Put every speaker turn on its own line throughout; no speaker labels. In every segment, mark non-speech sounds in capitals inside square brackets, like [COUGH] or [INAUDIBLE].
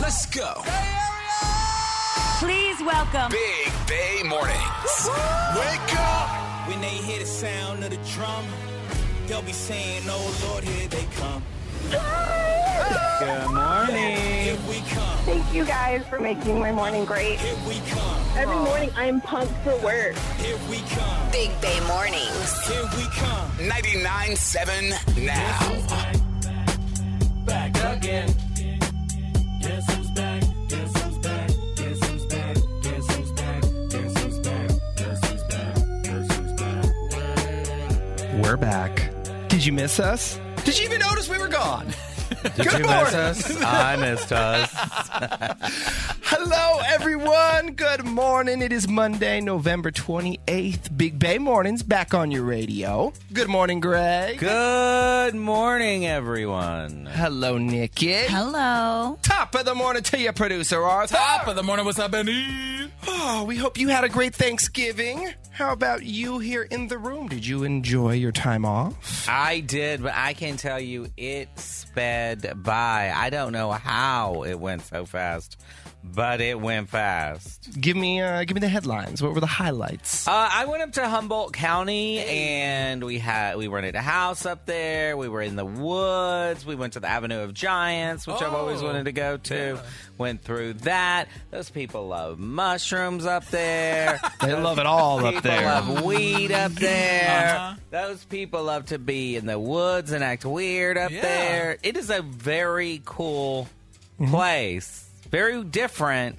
Let's go.
Please welcome.
Big Bay Mornings. Wake up.
When they hear the sound of the drum, they'll be saying, Oh Lord, here they come.
Good morning.
Here we come,
Thank you guys for making my morning great.
here we come,
Every morning I am pumped for work.
here we come,
Big Bay Mornings.
here we come.
99.7 now.
Back again. Guess who's back? Guess who's back? Guess who's back? Guess who's back? Guess who's back? Guess who's back? Guess who's back?
We're back. Did you miss us?
Did you even notice we were gone?
Did
Good
you miss
morning.
us? I missed us. [LAUGHS] Hello, everyone. Good morning. It is Monday, November 28th. Big Bay Mornings back on your radio. Good morning, Greg.
Good morning, everyone.
Hello, Nikki.
Hello.
Top of the morning to your producer, Arthur.
Top of the morning, what's up, Benny?
Oh, we hope you had a great Thanksgiving. How about you here in the room? Did you enjoy your time off?
I did, but I can tell you it sped by. I don't know how it went so fast, but it went fast.
Give me, uh, give me the headlines. What were the highlights?
Uh, I went up to Humboldt County and we had we rented a house up there. We were in the woods. We went to the Avenue of Giants, which I've always
Oh.
wanted to go to. Went through that. Those people love mushrooms up there.
[LAUGHS] They love it all
people
up there.
love weed
[LAUGHS]
up there.
Uh-huh.
[LAUGHS] Those people love to be in the woods and act weird up
Yeah.
there. It is a very cool
Mm-hmm.
place. Very different.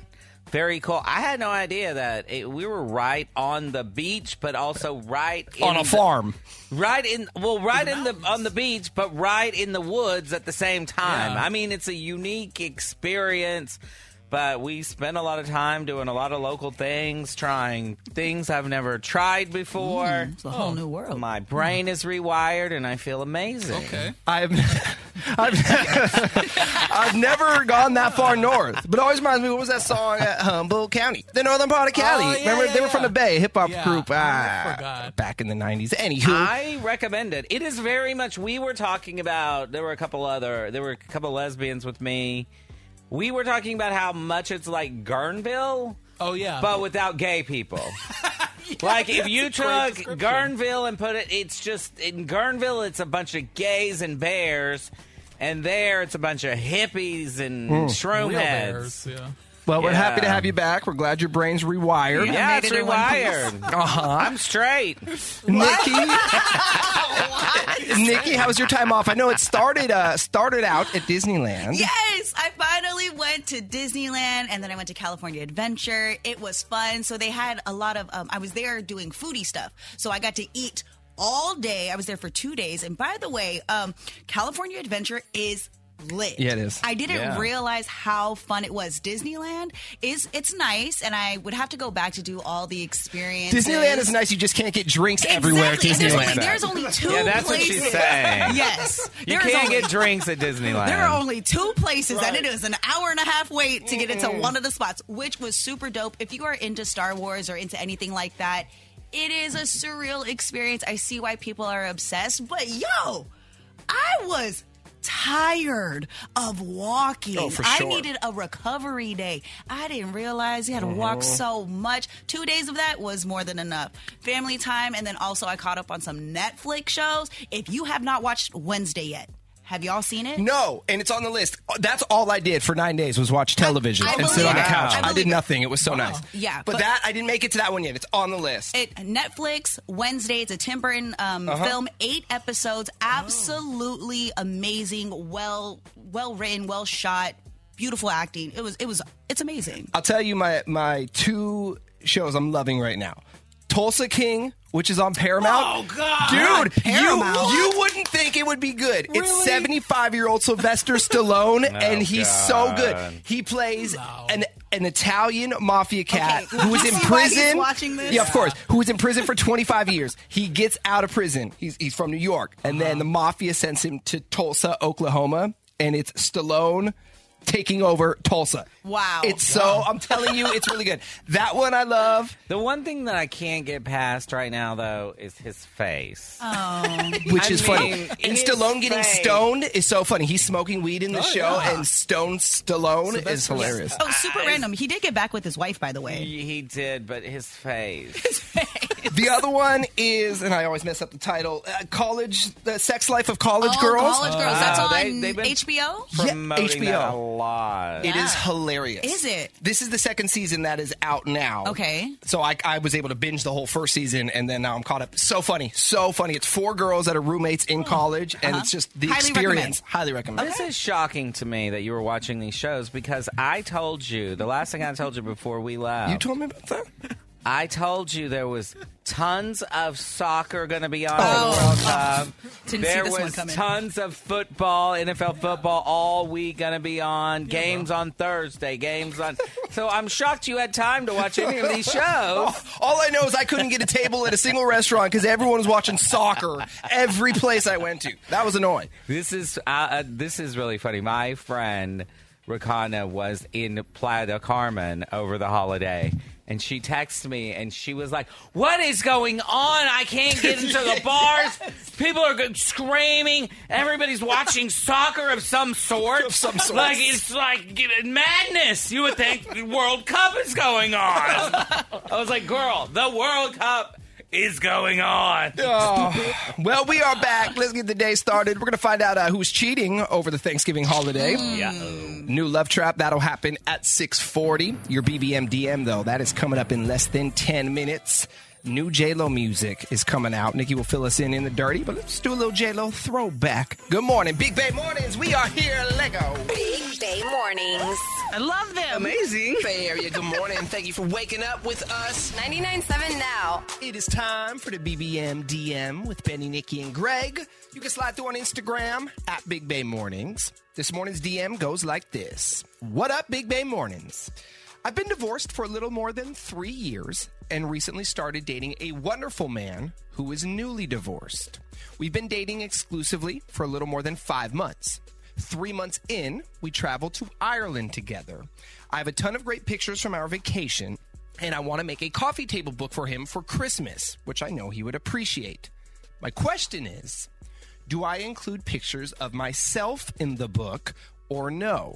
Very cool. I had no idea that it, we were right on the beach, but also right in
on a
the-
farm.
right in well, right in the on the beach, but right in the woods at the same time.
Yeah.
I mean, it's a unique experience. But we spent a lot of time doing a lot of local things, trying things I've never tried before.
Mm,
Oh,
It's a whole new world.
My brain is rewired and I feel amazing.
Okay.
I've I've, I've never gone that far north, but it always reminds me. What was that song at Humboldt County, the northern part of Cali?
Oh, yeah,
Remember
yeah,
they were
yeah.
from the Bay, a hip hop
Yeah,
group.
I
ah,
forgot.
back in the nineties. Anywho,
I recommend it. It is very much we were talking about there were a couple other there were a couple lesbians with me. We were talking about how much it's like Gurnville
Oh, yeah.
but without
[LAUGHS]
gay people. [LAUGHS] like if you took
description.
Gurnville and put it it's just in Gurnville it's a bunch of gays and bears and there it's a bunch of hippies and shroom
real
heads.
bears, yeah.
well, we're
yeah.
happy to have you back. We're glad your brain's rewired.
Yeah, Uh-huh.
made
it's
it in one piece.
rewired.
Uh huh.
I'm straight.
[LAUGHS] Nikki, [LAUGHS] Nikki, how was your time off? I know it started uh, started out at Disneyland.
Yes, I finally went to Disneyland and then I went to California Adventure. It was fun. So they had a lot of, um, I was there doing foodie stuff. So I got to eat all day. I was there for two days. And by the way, um, California Adventure is lit.
Yeah, it is.
I didn't
Yeah.
realize how fun it was. Disneyland is, it's nice. And I would have to go back to do all the experiences.
Disneyland is nice. You just can't get drinks everywhere at
Exactly. And
Disneyland.
There's only,
[LAUGHS]
there's only two
Yeah, that's what
places.
she's saying.
Yes.
You
There is
can't
only-
get drinks at Disneyland.
There are only two places, and it is an hour and a half wait to get into one of the spots, which was super dope. If you are into Star Wars or into anything like that, it is a surreal experience. I see why people are obsessed, but yo, I was tired of walking.
Oh, for
I
sure.
needed a recovery day. I didn't realize you had to walk
Mm-hmm.
so much. Two days of that was more than enough. Family time, and then also I caught up on some Netflix shows. If you have not watched Wednesday yet, have y'all seen it?
No, and it's on the list. That's all I did for nine days was watch television
I
and sit
believe
on the
it.
couch.
I
I, did
believe it.
nothing. It was so nice.
Yeah,
but,
but-
that I didn't make it to that one yet. It's on the list.
It Netflix Wednesday. It's a Tim Burton um, film, eight episodes. Absolutely amazing. Well, well written, well shot, beautiful acting. It was, it was, it's amazing.
I'll tell you my my two shows I'm loving right now: Tulsa King, which is on Paramount.
Oh, God.
dude,
Paramount?
you you wouldn't think it would be good. It's 75 year
[LAUGHS]
old Sylvester Stallone, and he's so good. He plays an an Italian mafia cat
Okay,
who was
you
in
see why he's
prison.
watching this?
Yeah, of course. Who was in prison for 25 years. He gets out of prison. He's he's from New
Uh-huh.
York, and then the mafia sends him to Tulsa, Oklahoma, and it's Stallone. taking over Tulsa.
Wow.
It's so I'm telling you, it's really good. That one I love.
The one thing that I can't get past right now, though, is his face.
Oh. [LAUGHS]
which is funny.
mean,
And
his
Stallone getting
face.
stoned is so funny. He's smoking weed in the show,
yeah.
and stoned Stallone
[LAUGHS]
is hilarious.
Oh, super random. He did get back with his wife, by the way.
He he did, but his face.
the other one is, and I always mess up the title. Uh, college, the sex life of college girls.
Oh, College girls. That's
Wow,
on
Uh, they- they've been-
HBO.
Yeah,
Promoting
HBO.
that a lot.
It is
Yeah.
hilarious.
Is it?
This is the second season that is out now.
Okay.
So I, I was able to binge the whole first season, and then now I'm caught up. So funny, so funny. It's four girls that are roommates in college, and it's just the
Oh. Uh-huh. Highly
experience.
recommend.
Highly recommend.
This is shocking to me that you were watching these shows because I told you the last thing I told you before we left.
You told me about that.
I told you there was tons of soccer going to be on for the World Cup.
Oh. [LAUGHS] Didn't see
there
this one
was
coming.
tons of football, NFL football all week going to be on. games on Thursday, games on. so I'm shocked you had time to watch any of
[LAUGHS]
these shows.
All I know is I couldn't get a table at a single restaurant because everyone was watching soccer every place I went to. That was annoying.
This is uh, uh, this is really funny. My friend Rakana was in Playa del Carmen over the holiday. And she texted me and she was like, What is going on? I can't get into
[LAUGHS]
the bars. People are go- screaming. Everybody's
[LAUGHS]
watching soccer of some sort.
Of some sort.
Like, it's like madness. You would think the World Cup is going
[LAUGHS]
on. I was like, Girl, the World Cup is going on.
Oh, Well, we are back. Let's get the day started. We're going to find out uh, who's cheating over the Thanksgiving holiday.
Mm.
Hmm.
New love trap that'll happen at 6:40. Your BBM DM though that is coming up in less than 10 minutes. New J Lo music is coming out. Nikki will fill us in in the dirty, but let's do a little J Lo throwback. Good morning, Big Bay Mornings. We are here, Lego.
Big Bay Mornings.
I love them.
Amazing. Bay Area. Good morning. Thank you for waking up with us.
99.7 now.
It is time for the BBM DM with Benny, Nikki, and Greg. You can slide through on Instagram at Big Bay Mornings. This morning's DM goes like this What up, Big Bay Mornings? I've been divorced for a little more than three years and recently started dating a wonderful man who is newly divorced. We've been dating exclusively for a little more than five months. Three months in, we traveled to Ireland together. I have a ton of great pictures from our vacation, and I want to make a coffee table book for him for Christmas, which I know he would appreciate. My question is Do I include pictures of myself in the book or no?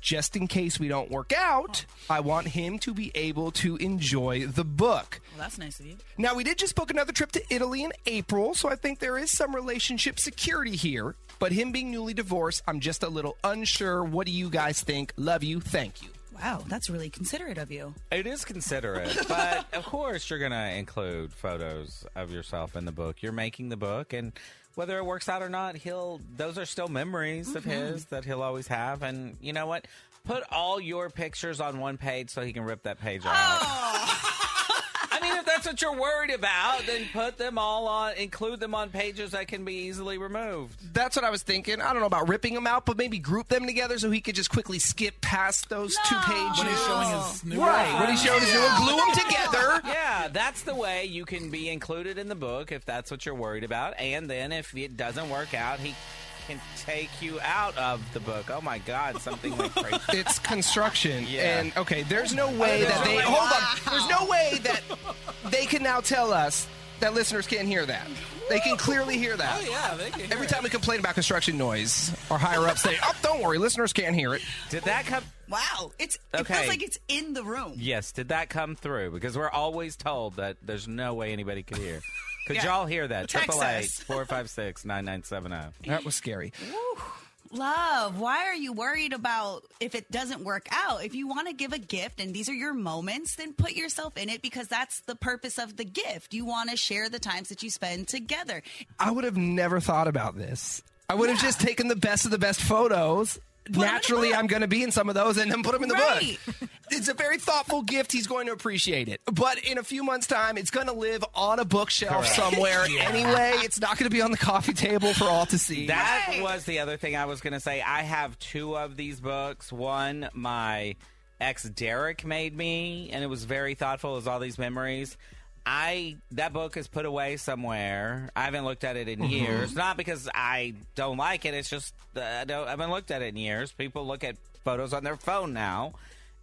Just in case we don't work out, I want him to be able to enjoy the book.
that's nice of you.
Now, we did just book another trip to Italy in April, so I think there is some relationship security here. But him being newly divorced, I'm just a little unsure. What do you guys think? Love you. Thank you.
Wow, that's really considerate of you.
It is
[LAUGHS]
considerate, but of course you're going to include photos of yourself in the book. You're making the book, and whether it works out or not, he'll those are still memories
Mm-hmm.
of his that he'll always have. And you know what? Put all your pictures on one page so he can rip that page out.
Oh.
[LAUGHS] I mean, if that's what you're worried about, then put them all on, include them on pages that can be easily removed.
That's what I was thinking. I don't know about ripping them out, but maybe group them together so he could just quickly skip past those two pages.
What he's showing his new
Right. What he showed is doing, glue them together.
Oh. [LAUGHS] Yeah, that's the way you can be included in the book if that's what you're worried about. And then if it doesn't work out, he can take you out of the book. Oh my God, something went
[LAUGHS]
crazy.
It's construction,
Yeah.
and okay, there's no way that they
no way.
hold on. There's no way that they can now tell us that listeners can't hear that. They can clearly hear that.
Oh, yeah, they can
Every time we complain about construction noise, our higher ups say, "Oh, don't worry, listeners can't hear it."
Did that come?
Wow, it's it
Okay.
feels like it's in the room.
Yes, did that come through? Because we're always told that there's no way anybody could hear. Could
Yeah.
y'all hear that?
Text
Triple eight
us.
four five six nine nine seven oh. zero.
That was scary.
Love, why are you worried about if it doesn't work out? If you want to give a gift and these are your moments, then put yourself in it because that's the purpose of the gift. You want to share the times that you spend together.
I would have never thought about this. I would have just taken the best of the best photos.
the
Naturally,
book.
I'm going to be in some of those and then put them in the
Right.
book. [LAUGHS] It's a very thoughtful gift. He's going to appreciate it. But in a few months' time, it's going to live on a
[LAUGHS]
bookshelf somewhere anyway. It's not going to be on the coffee table for all to see.
That
Right.
was the other thing I was going to say. I have two of these books. One, my ex Derek made me, and it was very thoughtful. It was all these memories. I that book is put away somewhere. I haven't looked at it in years. Not because I don't like it. It's just uh, I don't, I haven't looked at it in years. People look at photos on their phone now.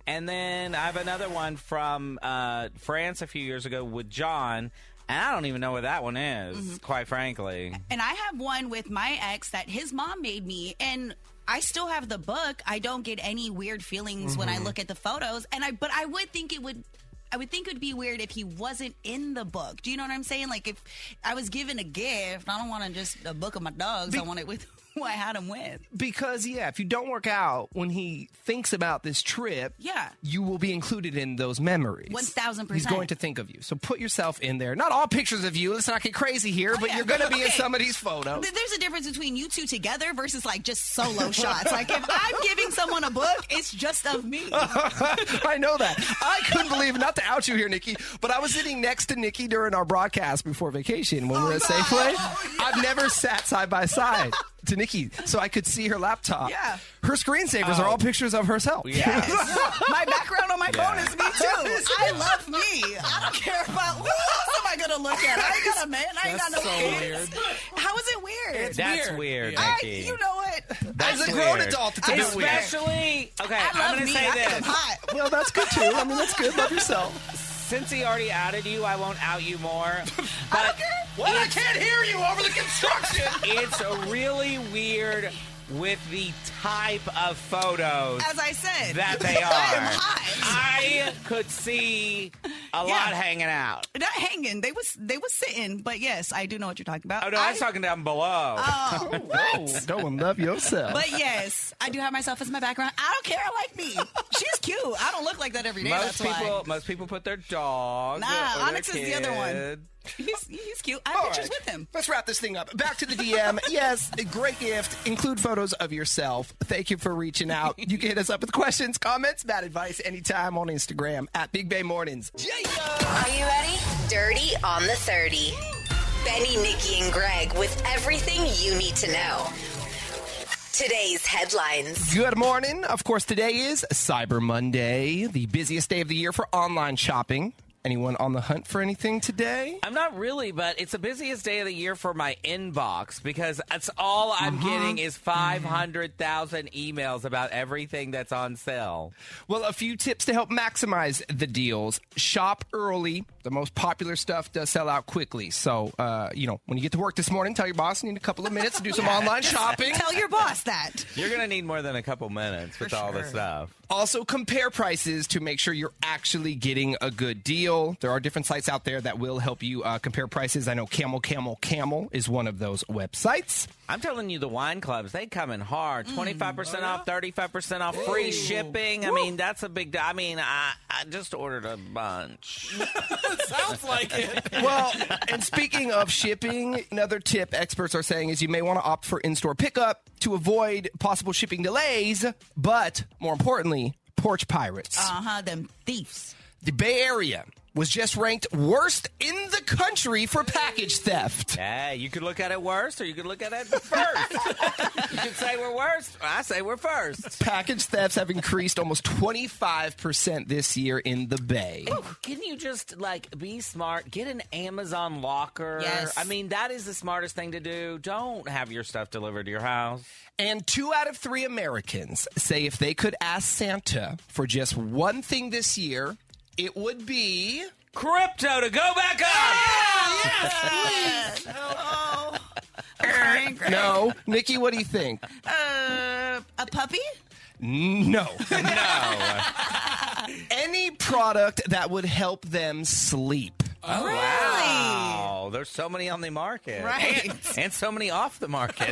And then I have another one from uh, France a few years ago with John, and I don't even know where that one is, quite frankly.
And I have one with my ex that his mom made me and I still have the book. I don't get any weird feelings when I look at the photos and I but I would think it would I would think it would be weird if he wasn't in the book. Do you know what I'm saying? Like if I was given a gift, I don't want to just a book of my dogs. I want it with [LAUGHS] who I had him with.
Because yeah, if you don't work out when he thinks about this trip,
Yeah.
you will be included in those memories.
1000%.
He's going to think of you. So put yourself in there. Not all pictures of you. Let's not get crazy here,
Oh,
but
yeah.
you're going to be in
Okay.
somebody's photo.
Th- There's a difference between you two together versus like just solo [LAUGHS] shots. Like if I'm giving someone a book, it's just of
[LAUGHS]
me.
[LAUGHS] I know that. I couldn't believe, not to out you here, Nikki, but I was sitting next to Nikki during our broadcast before vacation when
Oh,
we were at Safeway. I've never sat side
[LAUGHS]
by side to Nikki, so I could see her laptop.
Yeah. Oh.
Her screensavers are all pictures of herself.
Yeah.
[LAUGHS] my background on my phone is me
[LAUGHS]
too. I love me. I don't care about who else am I gonna look at. I ain't got a man. I ain't got no
so
kids. [LAUGHS] How is it weird?
That's
Weird.
weird,
Yeah.
I,
Nikki.
you know what?
As a
That's
grown
weird.
adult, it's a bit weird.
Especially, okay,
I
I'm
love
going to
me.
say
I think I'm
this.
hot.
[LAUGHS] Well, that's good too. I mean, that's good. Love yourself.
Since he already outed you, I won't out you more. But
Well, I can't hear you over the construction.
[LAUGHS] it's really weird with the type of photos
[LAUGHS] As I said, [LAUGHS]
that they are.
I am hot.
I could see a lot hanging out.
Not hanging. They was they was sitting, but yes, I do know what you're talking about.
Oh no, I, was talking down below.
Oh,
Go and love yourself.
but yes, I do have myself as my background. I don't care. I like me. She's cute. I don't look like that every day.
most
that's why.
people, most people put their dog.
Nah,
or their
Onyx is the other one.
kid.
He's, he's cute. I have
All
pictures
right.
with him.
Let's wrap this thing up. Back to the
[LAUGHS]
DM. yes, a great gift. Include photos of yourself. Thank you for reaching out. You can hit us up with questions, comments, bad advice anytime on Instagram at Big Bay Mornings.
Are you ready? Dirty on the 30. Benny, Nikki, and Greg with everything you need to know. Today's headlines.
Good morning. Of course, today is Cyber Monday, the busiest day of the year for online shopping. Anyone on the hunt for anything today?
I'm not really, but it's the busiest day of the year for my inbox because that's all I'm getting is 500,000 emails about everything that's on sale.
Well, a few tips to help maximize the deals. Shop early. The most popular stuff does sell out quickly. So, uh, you know, when you get to work this morning, tell your boss you need a couple of minutes
[LAUGHS]
to do some online shopping.
Tell your boss that.
You're going to need more than a couple minutes with all this stuff.
Also, compare prices to make sure you're actually getting a good deal. There are different sites out there that will help you uh, compare prices. I know Camel, Camel, Camel is one of those websites.
I'm telling you, the wine clubs, they come in hard. 25% off, 35% off, free shipping. I mean, that's a big deal. I mean, I, I just ordered a [LAUGHS] bunch.
Sounds like it.
Well, and speaking of shipping, another tip experts are saying is you may want to opt for in store pickup to avoid possible shipping delays, but more importantly, porch pirates.
Uh huh. Them thieves.
the Bay Area was just ranked worst in the country for package theft.
Hey, you could look at it worse or you could look [LAUGHS] at it first. you could say we're worst. or I say we're first.
package thefts have increased almost 25% this year in the Bay.
Oh, Can you just like be smart? Get an Amazon locker.
Yes.
I mean, that is the smartest thing to do. Don't have your stuff delivered to your house.
And two out of three Americans say if they could ask Santa for just one thing this year, it would be.
Crypto to go back up.
Hello. Sorry, Greg.
No. Nikki, what do you think?
[LAUGHS] Uh, a puppy?
No.
No.
[LAUGHS] Any product that would help them sleep.
Oh, Wow. There's so many on the market.
Right.
And, and so many off the market.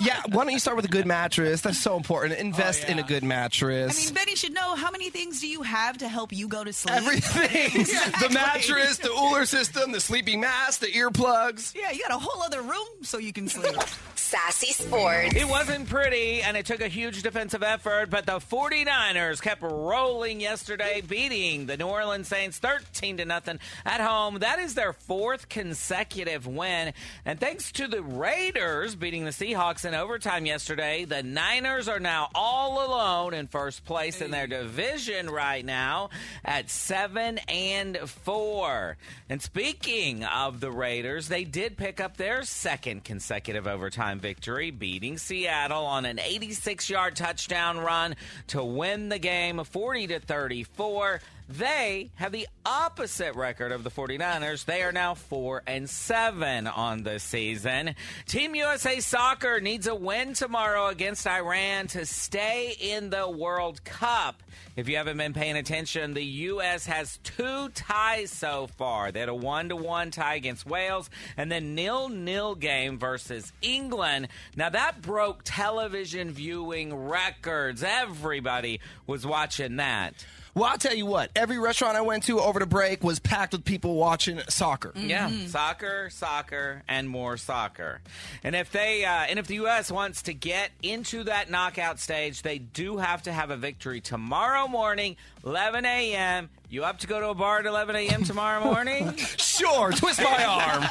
Yeah, why don't you start with a good mattress? That's so important. Invest
Oh,
in a good
I
mattress.
mean, Betty should know how many things do you have to help you go to sleep? [LAUGHS]
Everything. The mattress, the Uller system, the sleeping mask, the earplugs.
yeah, you got a whole other room so you can sleep.
[LAUGHS] Sassy Sports.
It wasn't pretty, and it took a huge defensive effort, but the 49ers kept rolling yesterday, beating the New Orleans Saints 13 to nothing at home. That is their fourth consecutive win. And thanks to the Raiders beating the Seahawks in overtime yesterday, the Niners are now all alone in first place in their division right now at 7 and 4. And speaking of the Raiders, they did pick up their second consecutive overtime victory, beating Seattle on an 86-yard touchdown run to win the game 40 to 34. They have the opposite record of the 49ers. They are now 4 and 7 on the season. Team USA Soccer needs a win tomorrow against Iran to stay in the World Cup. If you haven't been paying attention, the U.S. has two ties so far. They had a one to one tie against Wales and then nil nil game versus England. Now that broke television viewing records. Everybody was watching that.
Well, I'll tell you what. Every restaurant I went to over the break was packed with people watching soccer.
Mm-hmm.
Mm-hmm. Yeah,
Mm-hmm.
soccer, soccer, and more soccer. And if they, uh, and if the U.S. wants to get into that knockout stage, they do have to have a victory tomorrow morning, 11 a.m. You up to go to a bar at 11 a.m. tomorrow morning?
[LAUGHS] Sure,
[LAUGHS]
twist my arm.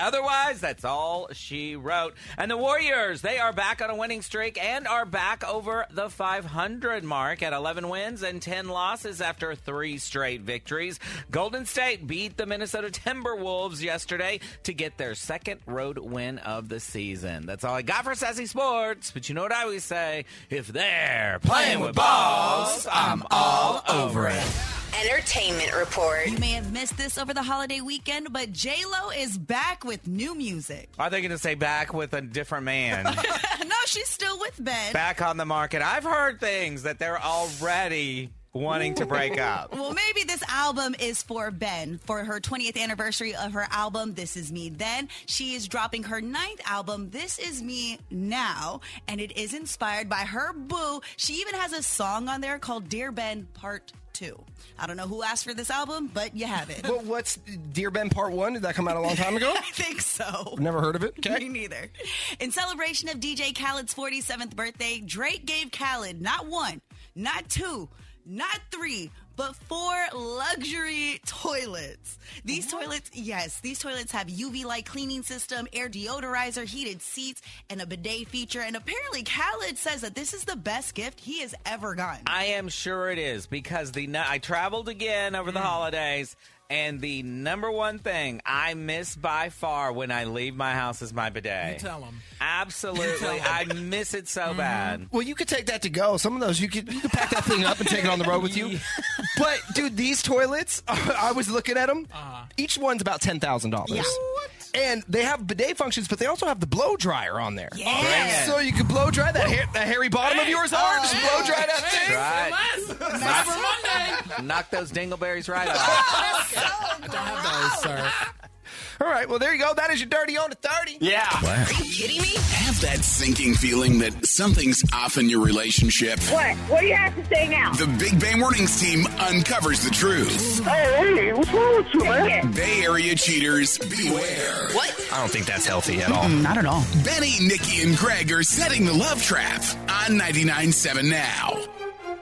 Otherwise, that's all she wrote. And the Warriors, they are back on a winning streak and are back over the 500 mark at 11 wins and 10 losses after three straight victories. Golden State beat the Minnesota Timberwolves yesterday to get their second road win of the season. That's all I got for Sassy Sports. But you know what I always say if they're playing with balls, I'm all over it.
Entertainment Report.
You may have missed this over the holiday weekend, but J Lo is back with new music. [LAUGHS]
Are they going to say back with a different man?
no, she's still with Ben.
back on the market. I've heard things that they're already wanting to break up.
Well, maybe this album is for Ben for her 20th anniversary of her album, This Is Me Then. She is dropping her ninth album, This Is Me Now, and it is inspired by her boo. She even has a song on there called Dear Ben Part 2. I don't know who asked for this album, but you have it.
But what's Dear Ben Part One? Did that come out a long time ago?
[LAUGHS] I think so.
Never heard of it.
Me neither. [LAUGHS] In celebration of DJ Khaled's 47th birthday, Drake gave Khaled not one, not two, not three, but four luxury toilets. These toilets, yes, these toilets have UV light cleaning system, air deodorizer, heated seats, and a bidet feature. And apparently, Khaled says that this is the best gift he has ever gotten.
I am sure it is because the nu- I traveled again over the holidays. And the number one thing I miss by far when I leave my house is my bidet.
You tell 'em.
Absolutely. I miss it so bad.
Well, you could take that to go. Some of those you could you could pack that thing up and take it on the road with
[LAUGHS]
you. But dude, these toilets, [LAUGHS] I was looking at them. Each one's about ten thousand
Uh-huh. Yeah.
dollars. And they have bidet functions, but they also have the blow dryer on there.
Yeah. Oh.
So you can blow dry that, hair, that hairy bottom of yours hard.
Oh,
Just blow dry that thing.
Right.
Cyber Monday.
[LAUGHS] Knock those dingleberries right off.
Have those, sir.
[LAUGHS] All right. Well, there you go. That is your dirty on to thirty.
yeah.
Are you kidding me?
Have that sinking feeling that something's off in your relationship?
What? What do you have to say now?
The Big Bang Warnings team uncovers the truth.
Oh, hey, what's wrong with you, man?
Bay Area cheaters, beware.
What?
I don't think that's healthy at all.
Not at all.
Benny, Nikki, and Greg are setting the love trap on 99.7 now.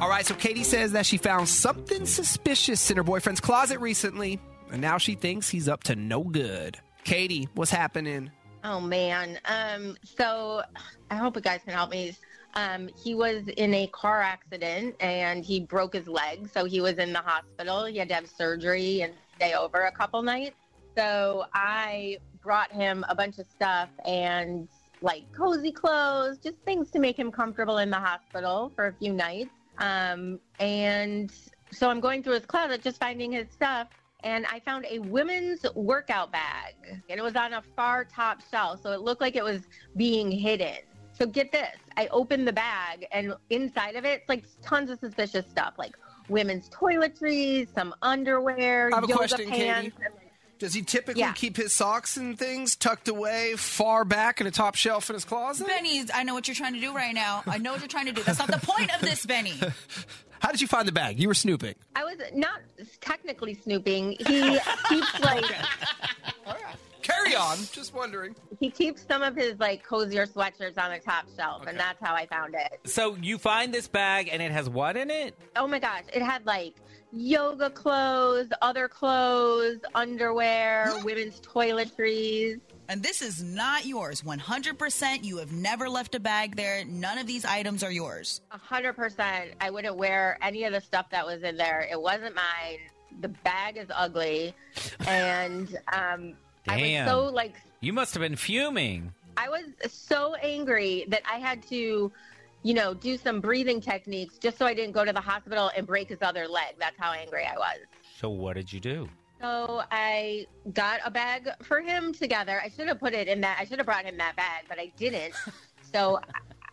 All right, so Katie says that she found something suspicious in her boyfriend's closet recently, and now she thinks he's up to no good. Katie, what's happening?
Oh man. Um so I hope you guys can help me. Um he was in a car accident and he broke his leg, so he was in the hospital. He had to have surgery and stay over a couple nights. So I brought him a bunch of stuff and like cozy clothes, just things to make him comfortable in the hospital for a few nights. Um and so I'm going through his closet just finding his stuff and I found a women's workout bag, and it was on a far top shelf, so it looked like it was being hidden. So get this: I opened the bag, and inside of it, it's like tons of suspicious stuff, like women's toiletries, some underwear,
I have a
yoga
question,
pants.
Katie. Does he typically
Yeah.
keep his socks and things tucked away far back in a top shelf in his closet?
Benny, I know what you're trying to do right now. I know what you're trying to do. That's not the point of this, Benny.
How did you find the bag? You were snooping.
I was not technically snooping. He
[LAUGHS]
keeps like
Carry on. Just wondering.
he keeps some of his like cozier sweatshirts on the top shelf, and that's how I found it.
So you find this bag and it has what in it?
Oh my gosh, it had like yoga clothes, other clothes, underwear, women's toiletries.
And this is not yours. 100%. You have never left a bag there. None of these items are yours.
A hundred percent. I wouldn't wear any of the stuff that was in there. It wasn't mine. The bag is ugly, and um,
Damn.
I was so like
you must have been fuming.
I was so angry that I had to, you know, do some breathing techniques just so I didn't go to the hospital and break his other leg. That's how angry I was.
So what did you do?
So I got a bag for him together. I should have put it in that. I should have brought him that bag, but I didn't. So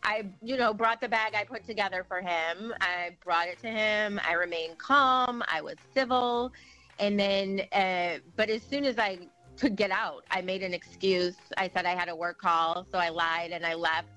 I, you know, brought the bag I put together for him. I brought it to him. I remained calm. I was civil, and then, uh, but as soon as I could get out, I made an excuse. I said I had a work call, so I lied and I left.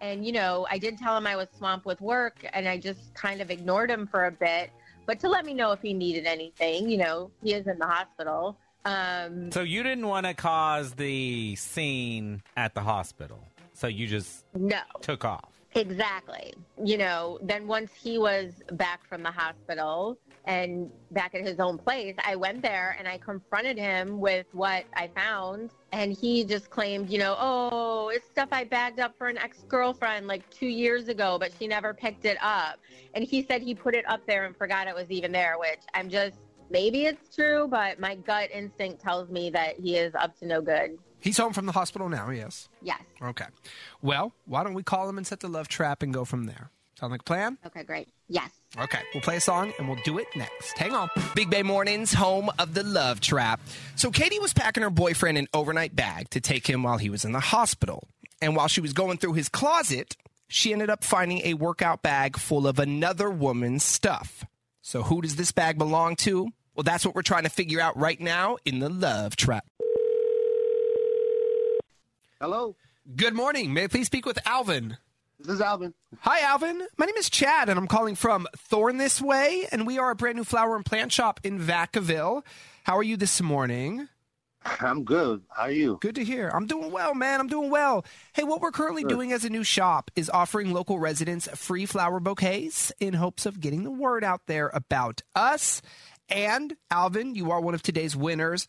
And you know, I did tell him I was swamped with work, and I just kind of ignored him for a bit but to let me know if he needed anything. You know, he is in the hospital. Um,
So you didn't want to cause the scene at the hospital. So you just
no,
took off.
exactly. You know, then once he was back from the hospital and back at his own place, I went there and I confronted him with what I found. And he just claimed, you know, oh, it's stuff I bagged up for an ex girlfriend like two years ago, but she never picked it up. And he said he put it up there and forgot it was even there, which I'm just, maybe it's true, but my gut instinct tells me that he is up to no good.
He's home from the hospital now, yes.
Yes.
Okay. Well, why don't we call him and set the love trap and go from there? Sound like a plan?
Okay, great. Yes.
Okay, we'll play a song and we'll do it next. Hang on. Big Bay Mornings, home of the love trap. So Katie was packing her boyfriend an overnight bag to take him while he was in the hospital. And while she was going through his closet, she ended up finding a workout bag full of another woman's stuff. So who does this bag belong to? Well, that's what we're trying to figure out right now in the love trap.
Hello.
Good morning. May I please speak with Alvin?
This is Alvin.
Hi, Alvin. My name is Chad, and I'm calling from Thorn This Way, and we are a brand new flower and plant shop in Vacaville. How are you this morning?
I'm good. How are you?
Good to hear. I'm doing well, man. I'm doing well. Hey, what we're currently doing as a new shop is offering local residents free flower bouquets in hopes of getting the word out there about us. And Alvin, you are one of today's winners.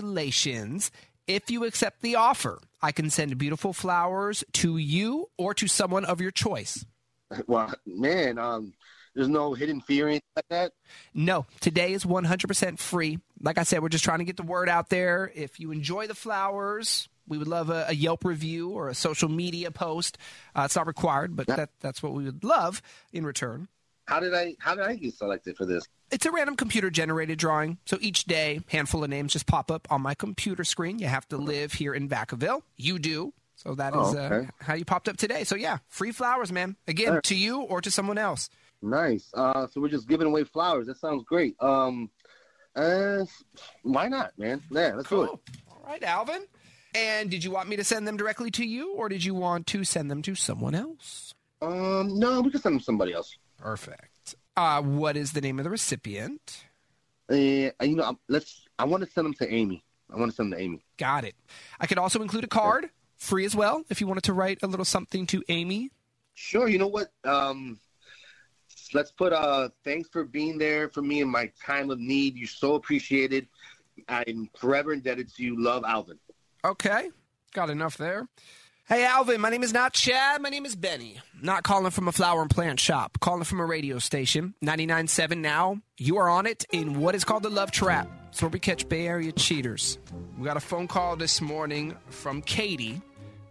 Congratulations. If you accept the offer, I can send beautiful flowers to you or to someone of your choice.
[LAUGHS] Well, man, um, there's no hidden fee or anything like that.
No, today is 100% free. Like I said, we're just trying to get the word out there. If you enjoy the flowers, we would love a, a Yelp review or a social media post. Uh, it's not required, but that, that's what we would love in return.
How did I? How did I get selected for this?
It's a random computer generated drawing. So each day, handful of names just pop up on my computer screen. You have to live here in Vacaville. You do. So that is
Oh, okay.
uh, how you popped up today. So yeah, free flowers, man. Again,
Sure.
to you or to someone else.
Nice. Uh, so we're just giving away flowers. That sounds great. Um, uh, why not, man? Yeah, let's do it.
All right, Alvin. And did you want me to send them directly to you, or did you want to send them to someone else?
Um, no, we can send them somebody else.
Perfect. Uh, what is the name of the recipient?
Uh, you know, I'm- let's. I want to send them to Amy. I want to send them to Amy.
Got it. I could also include a card, free as well, if you wanted to write a little something to Amy.
Sure. You know what? Um, let's put. Uh, thanks for being there for me in my time of need. You're so appreciated. I'm forever indebted to you. Love, Alvin.
Okay, got enough there. Hey, Alvin, my name is not Chad. My name is Benny. Not calling from a flower and plant shop, calling from a radio station, 99.7 now. You are on it in what is called the Love Trap. It's where we catch Bay Area cheaters. We got a phone call this morning from Katie,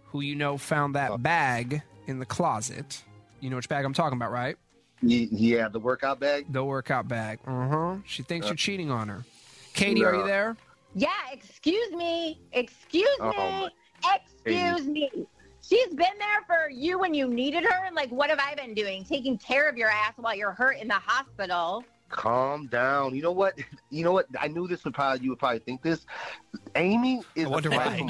who you know found that bag in the closet. You know which bag I'm talking about, right?
Yeah, the workout bag.
The workout bag. Uh huh. She thinks you're cheating on her. Katie, are you
No.
there?
Yeah, excuse me. Excuse me.
Oh,
excuse me. She's been there for you when you needed her. And like, what have I been doing? Taking care of your ass while you're hurt in the hospital.
Calm down. You know what? [LAUGHS] You know what? I knew this would probably you would probably think this. Amy is. I
wonder why.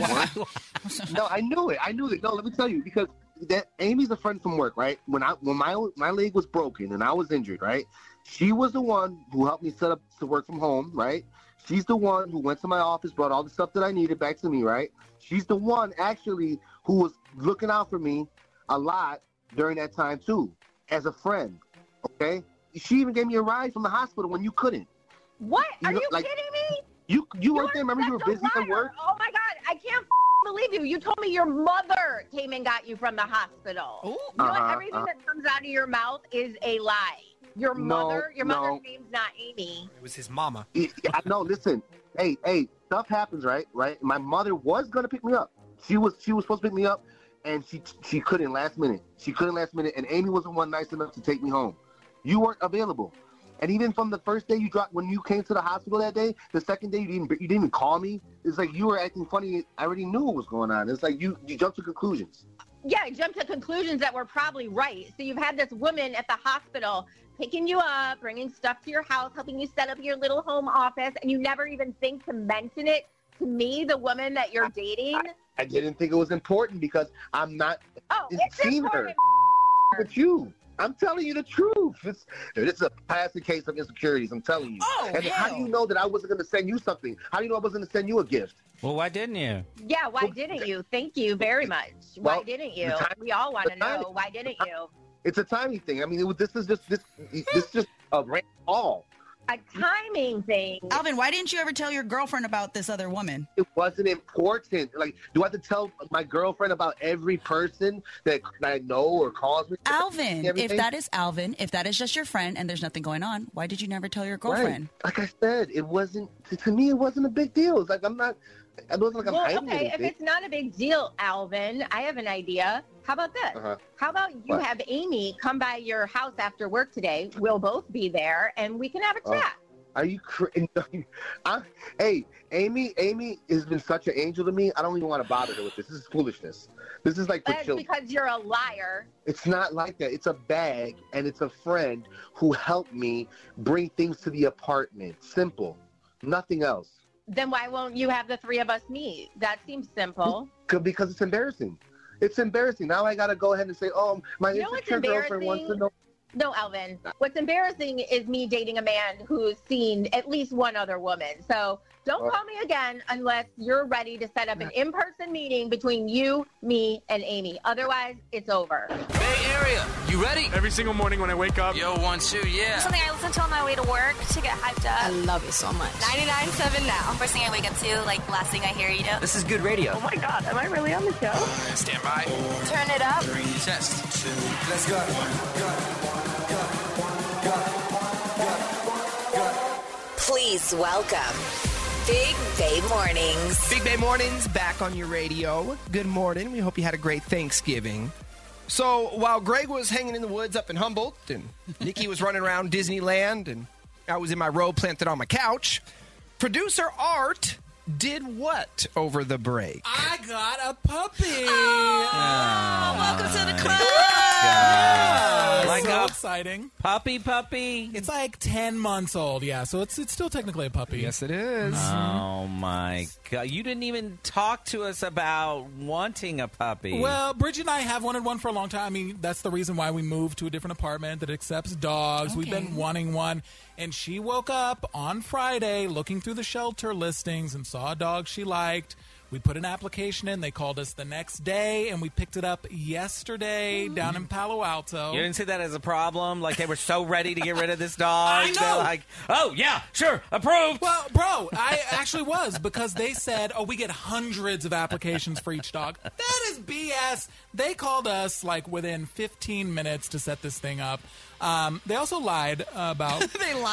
no, I knew it. I knew it. No, let me tell you because that Amy's a friend from work, right? When I when my my leg was broken and I was injured, right? She was the one who helped me set up to work from home, right? She's the one who went to my office, brought all the stuff that I needed back to me, right? She's the one actually who was looking out for me a lot during that time too, as a friend. Okay, she even gave me a ride from the hospital when you couldn't.
What?
You
Are
know,
you
like-
kidding me?
You you weren't there. Remember, you were
That's a
busy at
liar.
work.
Oh my God. I can't f- believe you. You told me your mother came and got you from the hospital. You know what?
Uh-huh,
Everything
uh-huh.
that comes out of your mouth is a lie. Your
No,
mother, your
no.
mother's name's not Amy.
It was his mama.
[LAUGHS] Yeah, I know. Listen, hey, hey, stuff happens, right? Right. My mother was gonna pick me up. She was she was supposed to pick me up, and she she couldn't last minute. She couldn't last minute, and Amy wasn't one nice enough to take me home. You weren't available, and even from the first day you dropped when you came to the hospital that day, the second day you didn't you didn't even call me. It's like you were acting funny. I already knew what was going on. It's like you you jumped to conclusions.
Yeah, I jumped to conclusions that were probably right. So you've had this woman at the hospital picking you up, bringing stuff to your house, helping you set up your little home office, and you never even think to mention it to me, the woman that you're dating.
I didn't think it was important because I'm not.
Oh,
didn't
it's
see
important.
her. With you, I'm telling you the truth. It's it's a classic case of insecurities. I'm telling you.
Oh,
and how do you know that I wasn't going to send you something? How do you know I wasn't going to send you a gift?
Well, why didn't you?
Yeah, why didn't you? Thank you very much. why
Well,
didn't you?
the time-
we all want
the
to know.
time-
Why didn't you?
It's a timing thing. I mean, it, this is just this this is just a rant all.
A timing thing.
Alvin, why didn't you ever tell your girlfriend about this other woman?
It wasn't important. Like, do I have to tell my girlfriend about every person that I know or calls me?
Alvin, if
Everything?
that is Alvin, if that is just your friend and there's nothing going on, why did you never tell your girlfriend?
Right. Like I said, it wasn't to, to me. It wasn't a big deal. It's like I'm not. It wasn't like I'm
well,
hiding
okay, if
anything.
it's not a big deal, Alvin, I have an idea. How about this?
Uh-huh.
How about you
What?
have Amy come by your house after work today? We'll both be there and we can have a
Uh-huh.
chat.
Uh, [LAUGHS] Are you crazy? hey, Amy, Amy has been such an angel to me. I don't even want to bother her with this. This is foolishness. This is like for
That's
children.
because you're a liar.
It's not like that. It's a bag and it's a friend who helped me bring things to the apartment. Simple. Nothing else.
Then why won't you have the three of us meet? That seems simple.
C- Because it's embarrassing. It's embarrassing. Now I gotta go ahead and say, oh, my
You know what's
insecure girlfriend wants to
embarrassing?
know.
No, Alvin. What's embarrassing is me dating a man who's seen at least one other woman. So don't
Oh.
call me again unless you're ready to set up an in person meeting between you, me, and Amy. Otherwise, it's over.
Area, you ready? Every single morning when I wake up. Yo, one, two, yeah.
Something I listen to on my way to work to get hyped up. I love it so much. 99.7 now. First thing I wake up to, like last thing I hear, you know.
This is good radio. Oh my
god, am I really on the show?
Stand by.
Turn it up.
Test. Two. Let's go.
Please welcome Big Bay Mornings.
Big Bay Mornings back on your radio. Good morning. We hope you had a great Thanksgiving. So while Greg was hanging in the woods up in Humboldt and Nikki was running around Disneyland and I was in my robe planted on my couch, producer Art did what over the break?
I got a puppy. Oh,
welcome to the club.
Like
so
a
exciting.
Puppy, puppy.
It's like ten months old. Yeah, so it's it's still technically a puppy. Yes,
it is.
Oh my god! You didn't even talk to us about wanting a puppy.
Well, Bridget and I have wanted one for a long time. I mean, that's the reason why we moved to a different apartment that accepts dogs. We've
Okay.
been wanting one. And she woke up on Friday looking through the shelter listings and saw a dog she liked. We put an application in. They called us the next day and we picked it up yesterday down in Palo Alto.
you didn't see that as a problem. Like they were so ready to get rid of this dog.
[LAUGHS] I
They're
know.
like, oh yeah, sure, approved.
Well, bro, I actually was because they said, "Oh, we get hundreds of applications for each dog." That is BS. They called us like within 15 minutes to set this thing up. Um, they also lied
[LAUGHS]
about
they lied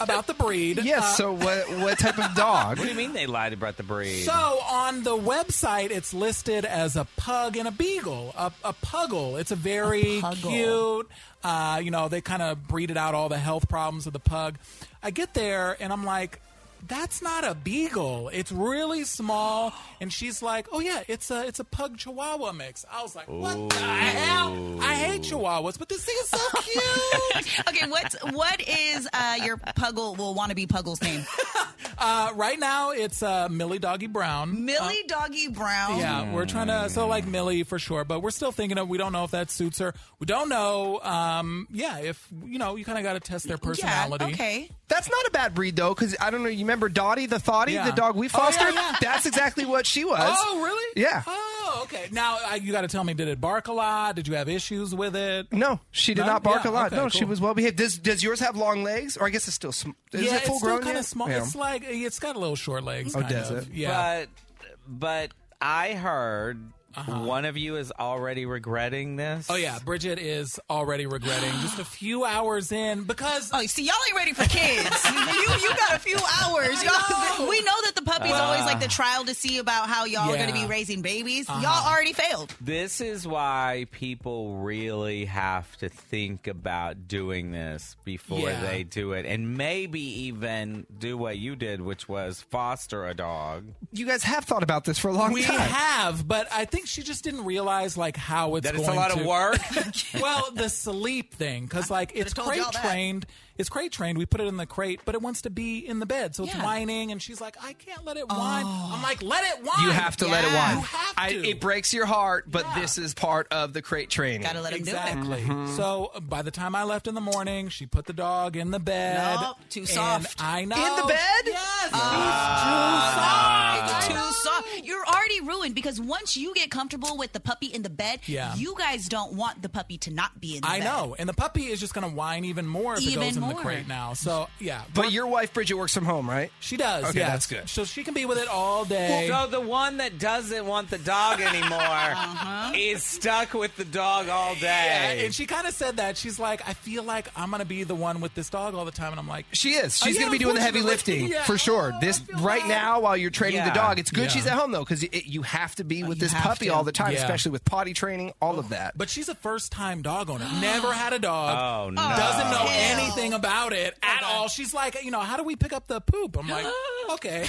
about the breed.
Yes,
Uh,
so what what type of dog?
What do you mean they lied about the breed?
So on the website, it's listed as a pug and a beagle. A, a puggle. It's a very cute. Uh, you know, they kind of breeded out all the health problems of the pug. I get there and I'm like, that's not a beagle. It's really small. And she's like, oh yeah, it's a it's a pug chihuahua mix. I was like, what the hell? I hate chihuahuas, but this thing is so cute.
okay, what's what is uh, your puggle will want to be puggle's name?
[LAUGHS] uh, right now, it's uh, Millie Doggy Brown.
Millie Doggy Brown.
Yeah, we're trying
Mm.
to so like Millie for sure, but we're still thinking of. We don't know if that suits her. We don't know. Um, yeah, if you know, you kind of got to test their personality.
That's not a bad breed though, because I don't know. You remember Dottie the Thottie,
Yeah.
the dog we
Oh, yeah,
fostered?
yeah.
That's exactly what she was.
Oh, really?
Yeah.
Oh, okay. Now I, you got to tell me, did it bark a lot? Did you have issues with it?
No, she did
No?
not bark
Yeah,
a lot.
okay,
no,
cool.
she was well behaved. Does does yours have long legs? Or I guess it's still sm- is
yeah,
it full
it's
grown
still kind
yet?
of small.
Yeah.
It's Oh, like it's got a little short legs.
Oh,
kind
does
of.
it?
Yeah.
But but I heard One of you is already regretting this.
Uh-huh. Oh yeah, Bridget is already regretting just
[GASPS]
a few hours in because
oh, see, y'all ain't ready for kids. you, you got a few hours. Y'all, we know that the puppy's always
Uh.
like the trial to see about how y'all are
Yeah.
going to be raising babies.
Uh-huh.
Y'all already failed.
This is why people really have to think about doing this before
Yeah.
they do it, and maybe even do what you did, which was foster a dog.
You guys have thought about this for a long
we
time.
have, but I think she just didn't realize like how it's
That it's
going
a lot of
to- [LAUGHS]
work?
well, the sleep thing because like it's
told y'all
crate
that.
trained. It's crate trained. We put it in the crate, but it wants to be in the bed, so it's
Yeah.
whining, and she's like, "I can't let it whine." I'm like, "Let it whine."
Oh. You have to let it
Yeah.
whine.
You have
I-
to.
it breaks your heart, but this is part of the crate training.
exactly.
Mhm.
So uh, by the time I left in the morning, she put the dog in the bed.
Nope, too
and
soft.
I know.
In the bed?
Yes.
It's
He's too soft.
too soft. You're already ruined because once you get comfortable with the puppy in the bed,
Yeah.
you guys don't want the puppy to not be in the
I
bed.
know. And the puppy is just going to whine even more if
Even
it goes in
more.
the crate now. So, yeah.
But your wife Bridget works from home, right?
She does.
Okay,
yes.
that's good.
So she can be with it all day.
So the one that doesn't want
[LAUGHS]
the dog anymore is stuck with the dog all day.
Uh-huh. Yeah, and she kind of said that. She's like, I feel like I'm going to be the one with this dog all the time. And I'm like,
She is.
Oh,
She's
yeah,
going to be doing the heavy
unfortunately.
lifting
Yeah. Oh,
for sure. this right now, while you're training
Yeah.
the dog, it's good
Yeah. Oh,
she's at home though, because you have to be with this
have
puppy
to.
all the time,
Yeah.
especially with potty training, all of that.
But she's a first time dog
[GASPS]
owner. Never had a dog.
Oh, no.
Doesn't know
Hell.
anything about it at all. She's like, you know, how do we pick up the poop? I'm
[GASPS]
like, okay.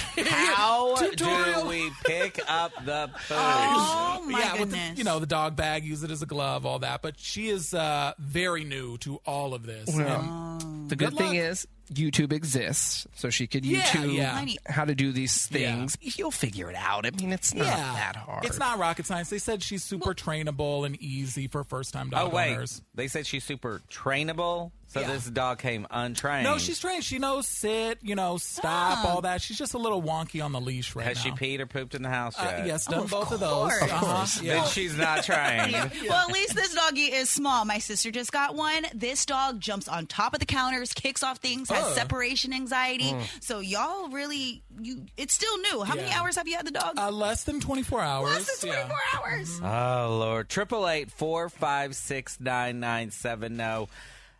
[LAUGHS]
How
Tutorial. Oh
do we pick up
[LAUGHS]
the poo?
Oh
yeah, with the- you know, the dog bag, use it as a glove, all that. But she is uh, very new to all of this. Oh.
Well, the good,
Good
thing
luck.
is YouTube exists, so she could
Yeah,
YouTube
yeah. Money.
how to do these things. You'll figure it out. I mean, it's not
Yeah.
that hard.
It's not rocket science. They said she's super trainable and easy for first time
Oh
dog
wait,
owners.
they said she's super trainable, so this dog came untrained.
No, she's trained. She knows sit, you know, stop,
Ah.
all that. She's just a little wonky on the leash right
has
now.
she peed or pooped in the house
Uh,
yet?
yes, done both of
course.
those. Uh-huh.
Of
course. Then she's not trained.
[LAUGHS] Yeah.
[LAUGHS] Well, at least this doggy is small. My sister just got one. This dog jumps on top of the counters, kicks off things, has
Ugh.
separation anxiety.
Mm.
So y'all really, you it's still new. How many
Yeah.
hours have you had the dog?
Uh, less than 24 hours.
Less than 24 hours.
Oh Lord. Triple eight four five six nine nine seven no.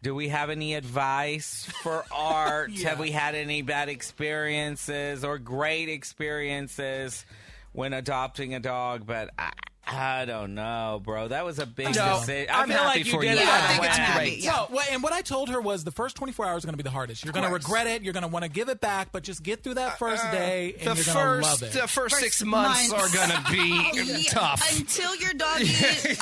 Do we have any advice [LAUGHS] for art? Have we had any bad experiences or great experiences when adopting a dog? But I, I don't know, bro. That was a big
No,
decision.
I'm
I feel
happy
like you
for
did
you.
it.
Yeah, I think
well.
No, well, and what I told her was the first 24 hours are going to be the hardest. You're going to
course.
regret it. You're going to want to give it back, but just get through that first day and
Uh, the
you're going to love it.
first- the first First six months months. are
[LAUGHS]
gonna be
Oh, Yeah,
tough.
Until
[LAUGHS]
your doggy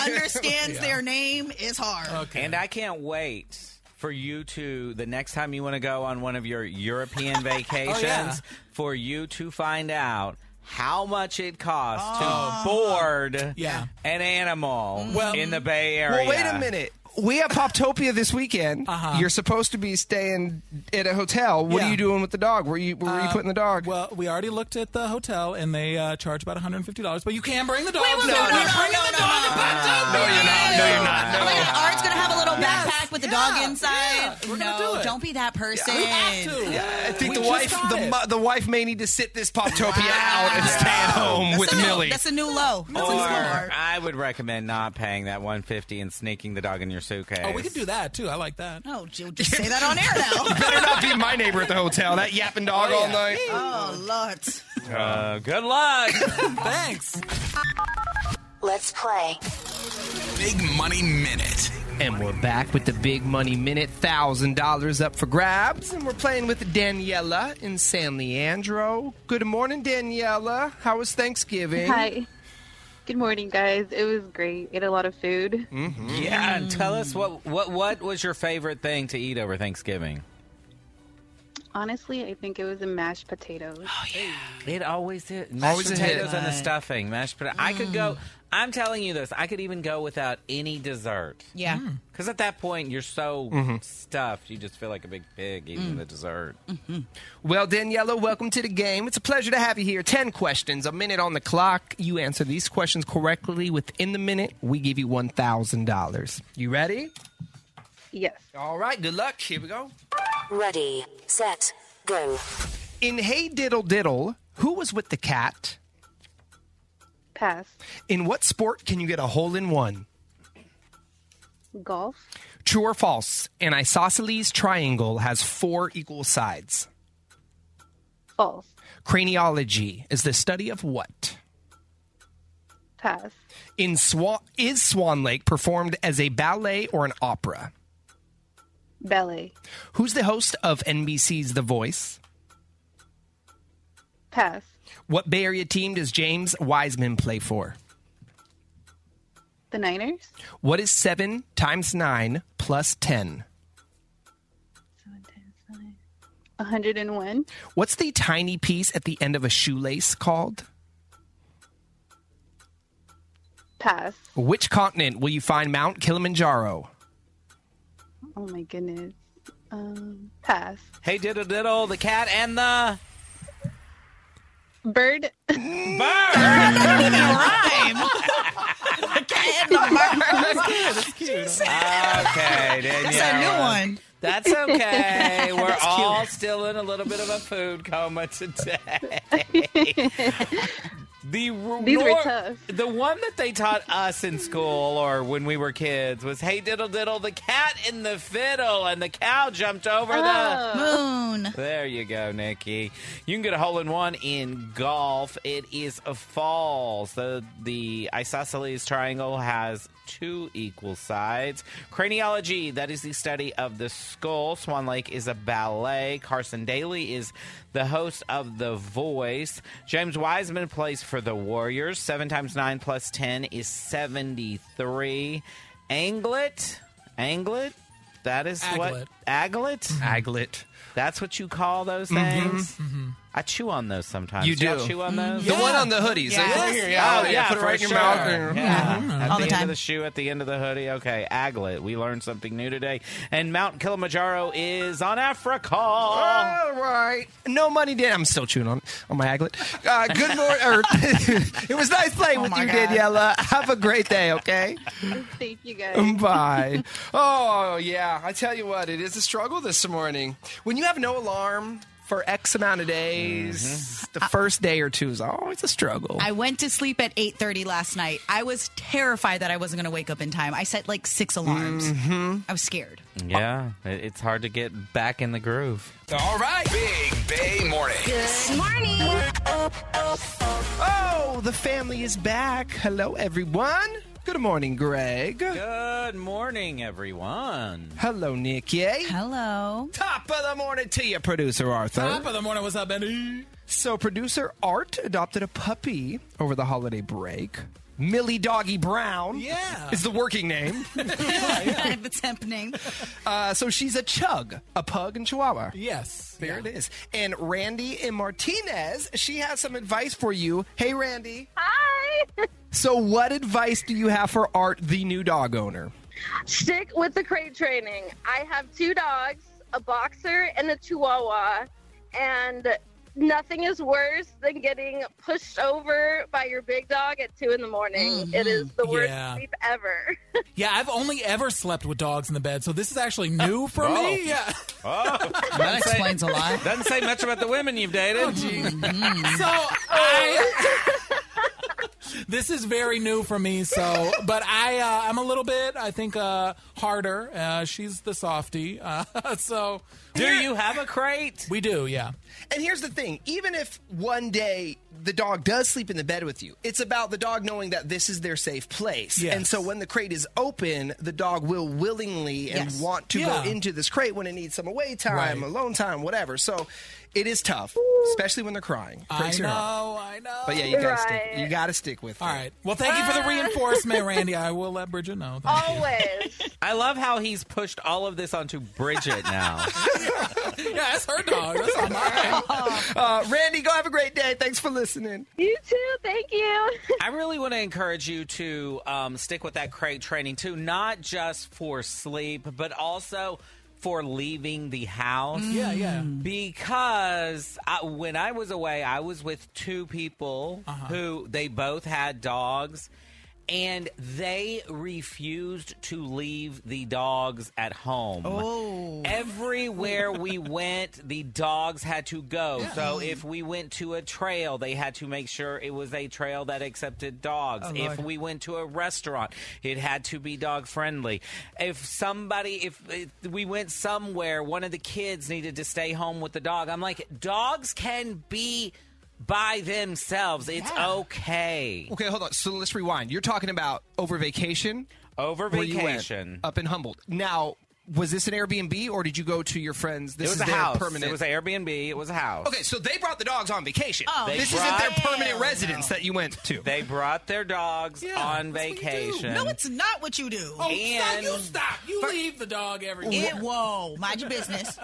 understands
Yeah.
their name, it's hard.
And uh, I can't wait for you to the next time you want to go on one of your
[LAUGHS] Oh,
European vacations for you to find out how much it costs to board an animal in the Bay Area.
Oh. Mm. Well, wait a minute. We have Poptopia this weekend.
Uh-huh.
You're supposed to be staying at a hotel. What are
Yeah.
you doing with the dog? Where you where are you
Uh,
putting the dog?
Well, we already looked at the hotel and they uh, charge about $150, but you can bring the dog.
Wait, wait,
So
no,
we're
no, no,
bringing the dog to Pantopia.
Oh my God, Art's gonna have a little
Yes.
backpack with the dog inside.
We're
no,
gonna do it.
not be that person.
we have to.
Yeah, I think
We
the
just
wife
got
the,
it.
mo- the wife may need to sit this Poptopia out and stay at home with Millie.
That's a new low. That's
Or
a new low.
I would recommend not paying that 150 and sneaking the dog in your suitcase.
Oh, we
[LAUGHS]
could do that too. I like that.
No, Oh, Jill, just say that on
[LAUGHS]
air now.
Better not be my neighbor at the hotel. That yapping dog
Oh,
all
yeah.
night.
Oh, Lord.
Uh, good luck.
Thanks.
Let's play.
Big Money Minute. And we're back with the Big Money Minute. $1,000 up for grabs. And we're playing with Daniela in San Leandro. Good morning, Daniela. How was Thanksgiving?
Hi. Good morning, guys. It was great. Ate a lot of food.
Mm-hmm.
Yeah, and tell us
Mm.
what, what what was your favorite thing to eat over Thanksgiving?
Honestly, I think it was the mashed potatoes. Oh, yeah.
It always is. Mashed
Always a hit.
potatoes and the stuffing. Mashed potato. I could go. I'm telling you this. I could even go without any dessert.
Yeah.
Because at that point, you're so
Mhm.
stuffed, you just feel like a big pig eating
Mm.
the dessert.
Mm-hmm. Well, Daniela, welcome to the game. It's a pleasure to have you here. 10 questions, a minute on the clock. You answer these questions correctly within the minute. We give you $1,000. You ready?
Yes.
All right, good luck. Here we go. Ready, set,
[LAUGHS]
go. In Hey Diddle Diddle, who was with the cat?
Pass.
In what sport can you get a hole in one?
Golf.
True or false? An isosceles triangle has four equal sides.
False.
Craniology is the study of what?
Pass.
In Swan is Swan Lake performed as a ballet or an opera?
Ballet.
Who's the host of NBC's The Voice?
Pass.
What Bay Area team does James Wiseman play for?
The Niners.
What is 7 times 9 plus 10?
101.
What's the tiny piece at the end of a shoelace called?
Pass.
Which continent will you find Mount Kilimanjaro?
Oh my goodness. Um, pass.
Hey, diddle diddle, the cat and the
Bird.
[LAUGHS] [LAUGHS]
[LAUGHS]
Okay,
That's
Danielle.
a new one.
That's okay. We're
That's cute.
all still in a
[LAUGHS]
little bit of a food coma today. the r-
These were
nor-
tough.
The one that they taught us in school or when we were kids was "Hey diddle diddle, the cat in the fiddle, and the cow jumped over the."
Moon.
There you go, Nikki. You can get a hole in one in golf. It is a falls. The the isosceles triangle has two equal sides. Craniology, that is the study of the skull. Swan Lake is a ballet. Carson Daly is the host of The Voice. James Wiseman plays for the Warriors. Seven times nine plus ten is seventy-three. Anglet. Anglet? That is what aglet?
Mm-hmm. Aglet. Mm-hmm.
That's what you call those things. I chew on those sometimes.
You
Y'all
do.
chew on those.
The one on the hoodies. They come here, yeah,
Oh,
yeah,
yeah.
put it
for
right in your
sure.
mouth and-
Yeah.
Mhm.
At
All
the,
the
end
time.
of the shoe, at the end of the hoodie. Okay, aglet. We learned something new today. And Mount Kilimanjaro is on Africa.
All right. No money, Dan. I'm still chewing on on my aglet. Uh, good morning. or- [LAUGHS] it was nice playing with you, Daniela. Have a great day, okay?
Thank you guys.
Bye. Oh, yeah. I tell you what, it is a struggle this morning. When you have no alarm for X amount of days, the first day or two is always a struggle.
I went to sleep at 8:30 last night. I was terrified that I wasn't going to wake up in time. I set like six alarms.
Mm-hmm.
I was
[LAUGHS]
scared. [LAUGHS]
Yeah, it- it's hard to get back in the groove.
All right. Big Bay Morning.
Good morning.
Oh, the family is back. Hello, everyone. Good morning, Greg.
Good morning, everyone.
Hello, Nikki.
Hello.
Top of the morning to you, producer Arthur.
Top of the morning. What's up, Benny?
So, producer Art adopted a puppy over the holiday break. Millie Doggy Brown.
Yeah.
Is the
[LAUGHS]
working name.
the temp name.
Uh, so she's a chug, a pug, and chihuahua.
Yes.
There it is. And Randy and Martinez, she has some advice for you. Hey, Randy.
Hi.
So, what advice do you have for Art, the new dog owner?
Stick with the crate training.
I have two dogs, a boxer and a chihuahua, and nothing is worse than getting pushed over by your big dog at two in the morning. It is the worst
Yeah.
sleep
ever.
Yeah, I've only ever slept with dogs in the bed, so this is actually new for me.
[LAUGHS]
Yeah.
Oh,
that explains a lot.
Doesn't say much about the women you've dated.
[LAUGHS] Oh, So I, this is very new for me. So, but I, uh, I'm a little bit, I think, uh, harder. Uh, she's the softie. Uh, [LAUGHS] so,
Do you have a crate?
We do, yeah.
And here's the thing even if one day the dog does sleep in the bed with you, it's about the dog knowing that this is their safe place.
Yes.
And so when the crate is open, the dog will willingly and
Yes.
want to
Yeah.
go into this crate when it needs some away time,
Right.
alone time, whatever. So it is tough, especially when they're crying.
I
Breaks your heart.
know, I know.
But yeah, you gotta stick. You gotta stick with.
All right. Well, thank you for the
[LAUGHS]
reinforcement, Randy. I will let Bridget know. Thank
Always.
I love how he's pushed all of this onto Bridget now.
you. Yeah, that's her dog. That's not mine.
Uh, Randy, go have a great day. Thanks for listening.
you too. Thank you.
I really want to encourage you to um, stick with that crate training too, not just for sleep, but also for leaving the house.
Yeah, yeah.
Because I, when I
Uh-huh.
was away, I was with two people who they both had dogs. and they refused to leave the dogs at home.
Oh. [LAUGHS]
Everywhere we went, the dogs had to go.
Yeah.
So if we went to a trail, they had to make sure it was a trail that accepted dogs.
Oh,
if
Lord.
we went to a restaurant, it had to be dog friendly. If somebody, if, if we went somewhere, one of the kids needed to stay home with the dog. I'm like, dogs can be by themselves. It's
Yeah.
okay.
Okay, hold on. So let's rewind. You're talking about over vacation.
Over
where you went,
vacation.
up in Humboldt. Now, was this an Airbnb or did you go to your friends? This
it was
is
a
their
house.
permanent.
It was an Airbnb. It was a house.
Okay, so they brought the dogs on vacation.
Oh, They
this isn't their
brought-
permanent residence that you went to.
They brought their dogs on vacation.
No, it's not what you do.
Oh, stop, you And-
stop. You leave the dog every
It, whoa, mind your business.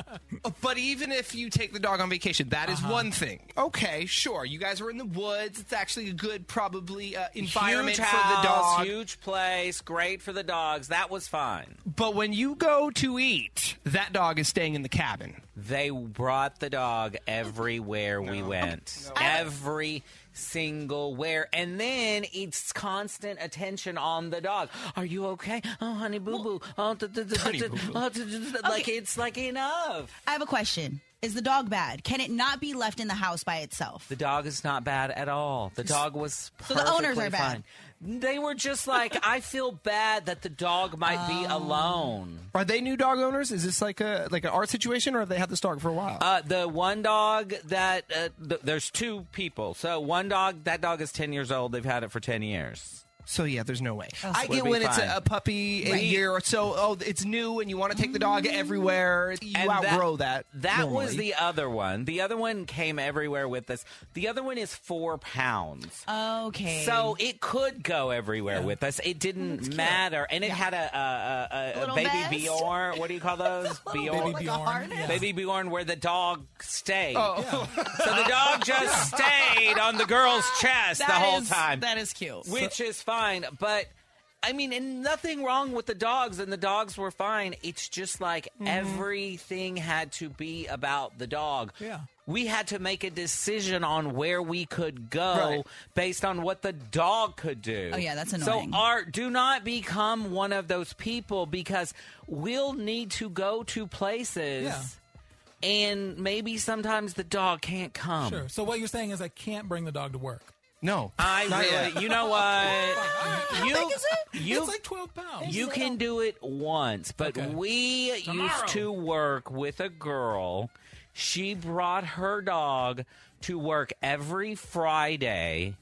Oh, But even if you take the dog on vacation, that
Uh-huh.
is one thing. Okay, sure. You guys were in the woods. It's actually a good, probably uh, environment
huge
for
house,
the dog.
Huge place, great for the dogs. That was fine.
But when you go to eat, that dog is staying in the cabin.
They brought the dog everywhere we went. Every single where. And then it's constant attention on the dog. Are you okay? Oh, honey boo boo. Oh, duh, duh, duh, duh, duh. Oh, duh, duh, duh, duh. [LAUGHS] like it's like enough.
I have a question. Is the dog bad? Can it not be left in the house by itself?
The dog is not bad at all. The dog was
So the owners
perfectly
are bad.
fine. They were just
[LAUGHS]
like, I feel bad that the dog might be
Oh.
alone.
Are they new dog owners? Is this like a like an art situation, or have they had this dog for a while?
Uh, the one dog that uh, th- there's two people. So one dog, that dog is ten years old. They've had it for ten years.
So yeah, there's no way. I
Would
get
be
when it's
fine.
a, a puppy a
Right. Mm.
year or so. Oh, it's new, and you want to take the dog everywhere. You outgrow that.
That was
normally.
the uh, other one. The other one came everywhere with us. The other one is four pounds.
Okay.
So it could go everywhere with us. It didn't matter, and it had a, a, a, a,
little
baby
vest.
Bjorn. What do you
[LAUGHS]
call those? Bjorn.
Baby Bjorn. harness.
Baby Bjorn, where the dog stayed.
Oh.
[LAUGHS] So the dog just stayed on
[LAUGHS]
the girl's chest the
That
whole
is-
time.
that is cute.
Which is fine, but I mean, and nothing wrong with the dogs, and the dogs were fine. It's just like
Mm-hmm.
everything had to be about the dog. Yeah. We had to make a decision on where we could go
Right.
based on what the dog could do.
Oh, yeah, that's annoying.
So, Art, do not become one of those people because we'll need to go to places.
Yeah.
And maybe sometimes the dog can't come.
Sure. So what you're saying is I can't bring the dog to work.
No,
I
Not
really.
yet.
You know what?
How
you
big is it?
you
It's like 12 pounds.
You can do it once, but
Okay.
we
Tomorrow.
used to work with a girl. She brought her dog to work every Friday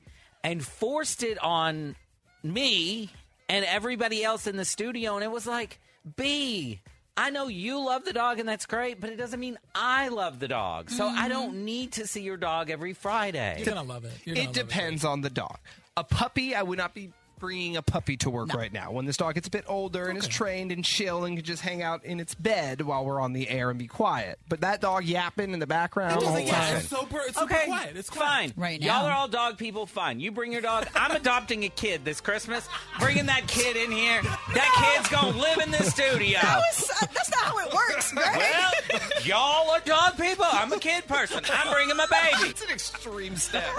and forced it on me and everybody else in the studio. And it was like, B, I know you love the dog and that's great, but it doesn't mean I love the dog. So I don't need to see your dog every Friday.
You're gonna love it. You're gonna
it depends on the dog. A puppy, I would not be bringing a puppy to work right now. When this dog gets a bit older and is trained and chill and can just hang out in its bed while we're on the air and be quiet. But that dog yapping in the background.
It
all
doesn't- yeah,
time.
it's so per- it's super
Okay,
quiet. It's
Fine.
quiet.
Y'all are all dog people. Fine. You bring your dog. I'm adopting a kid this Christmas. Bringing that kid in here. That kid's going to live in this studio.
That was, uh, that's not how it works,
[LAUGHS]
Greg.
Well, y'all are dog people. I'm a kid person. I'm bringing my
[LAUGHS]
baby.
It's an extreme step.
[LAUGHS]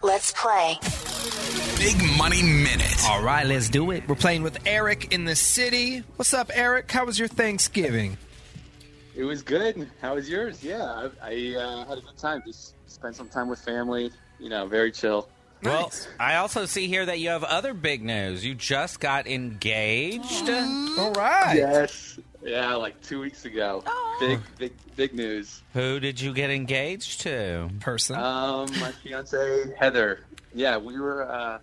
Let's play.
Big Money Minute. All right, let's do it. We're playing with Eric in the city. What's up, Eric? How was your Thanksgiving?
It was good. How was yours? Yeah, I, I uh, had a good time. Just spent some time with family. You know, very chill.
Well, I also see here that you have other big news. You just got engaged.
All right.
Yes. Yeah, like two weeks ago. Big, big, big news.
Who did you get engaged to?
Person.
Um, my fiance Heather. Yeah, we were. Uh,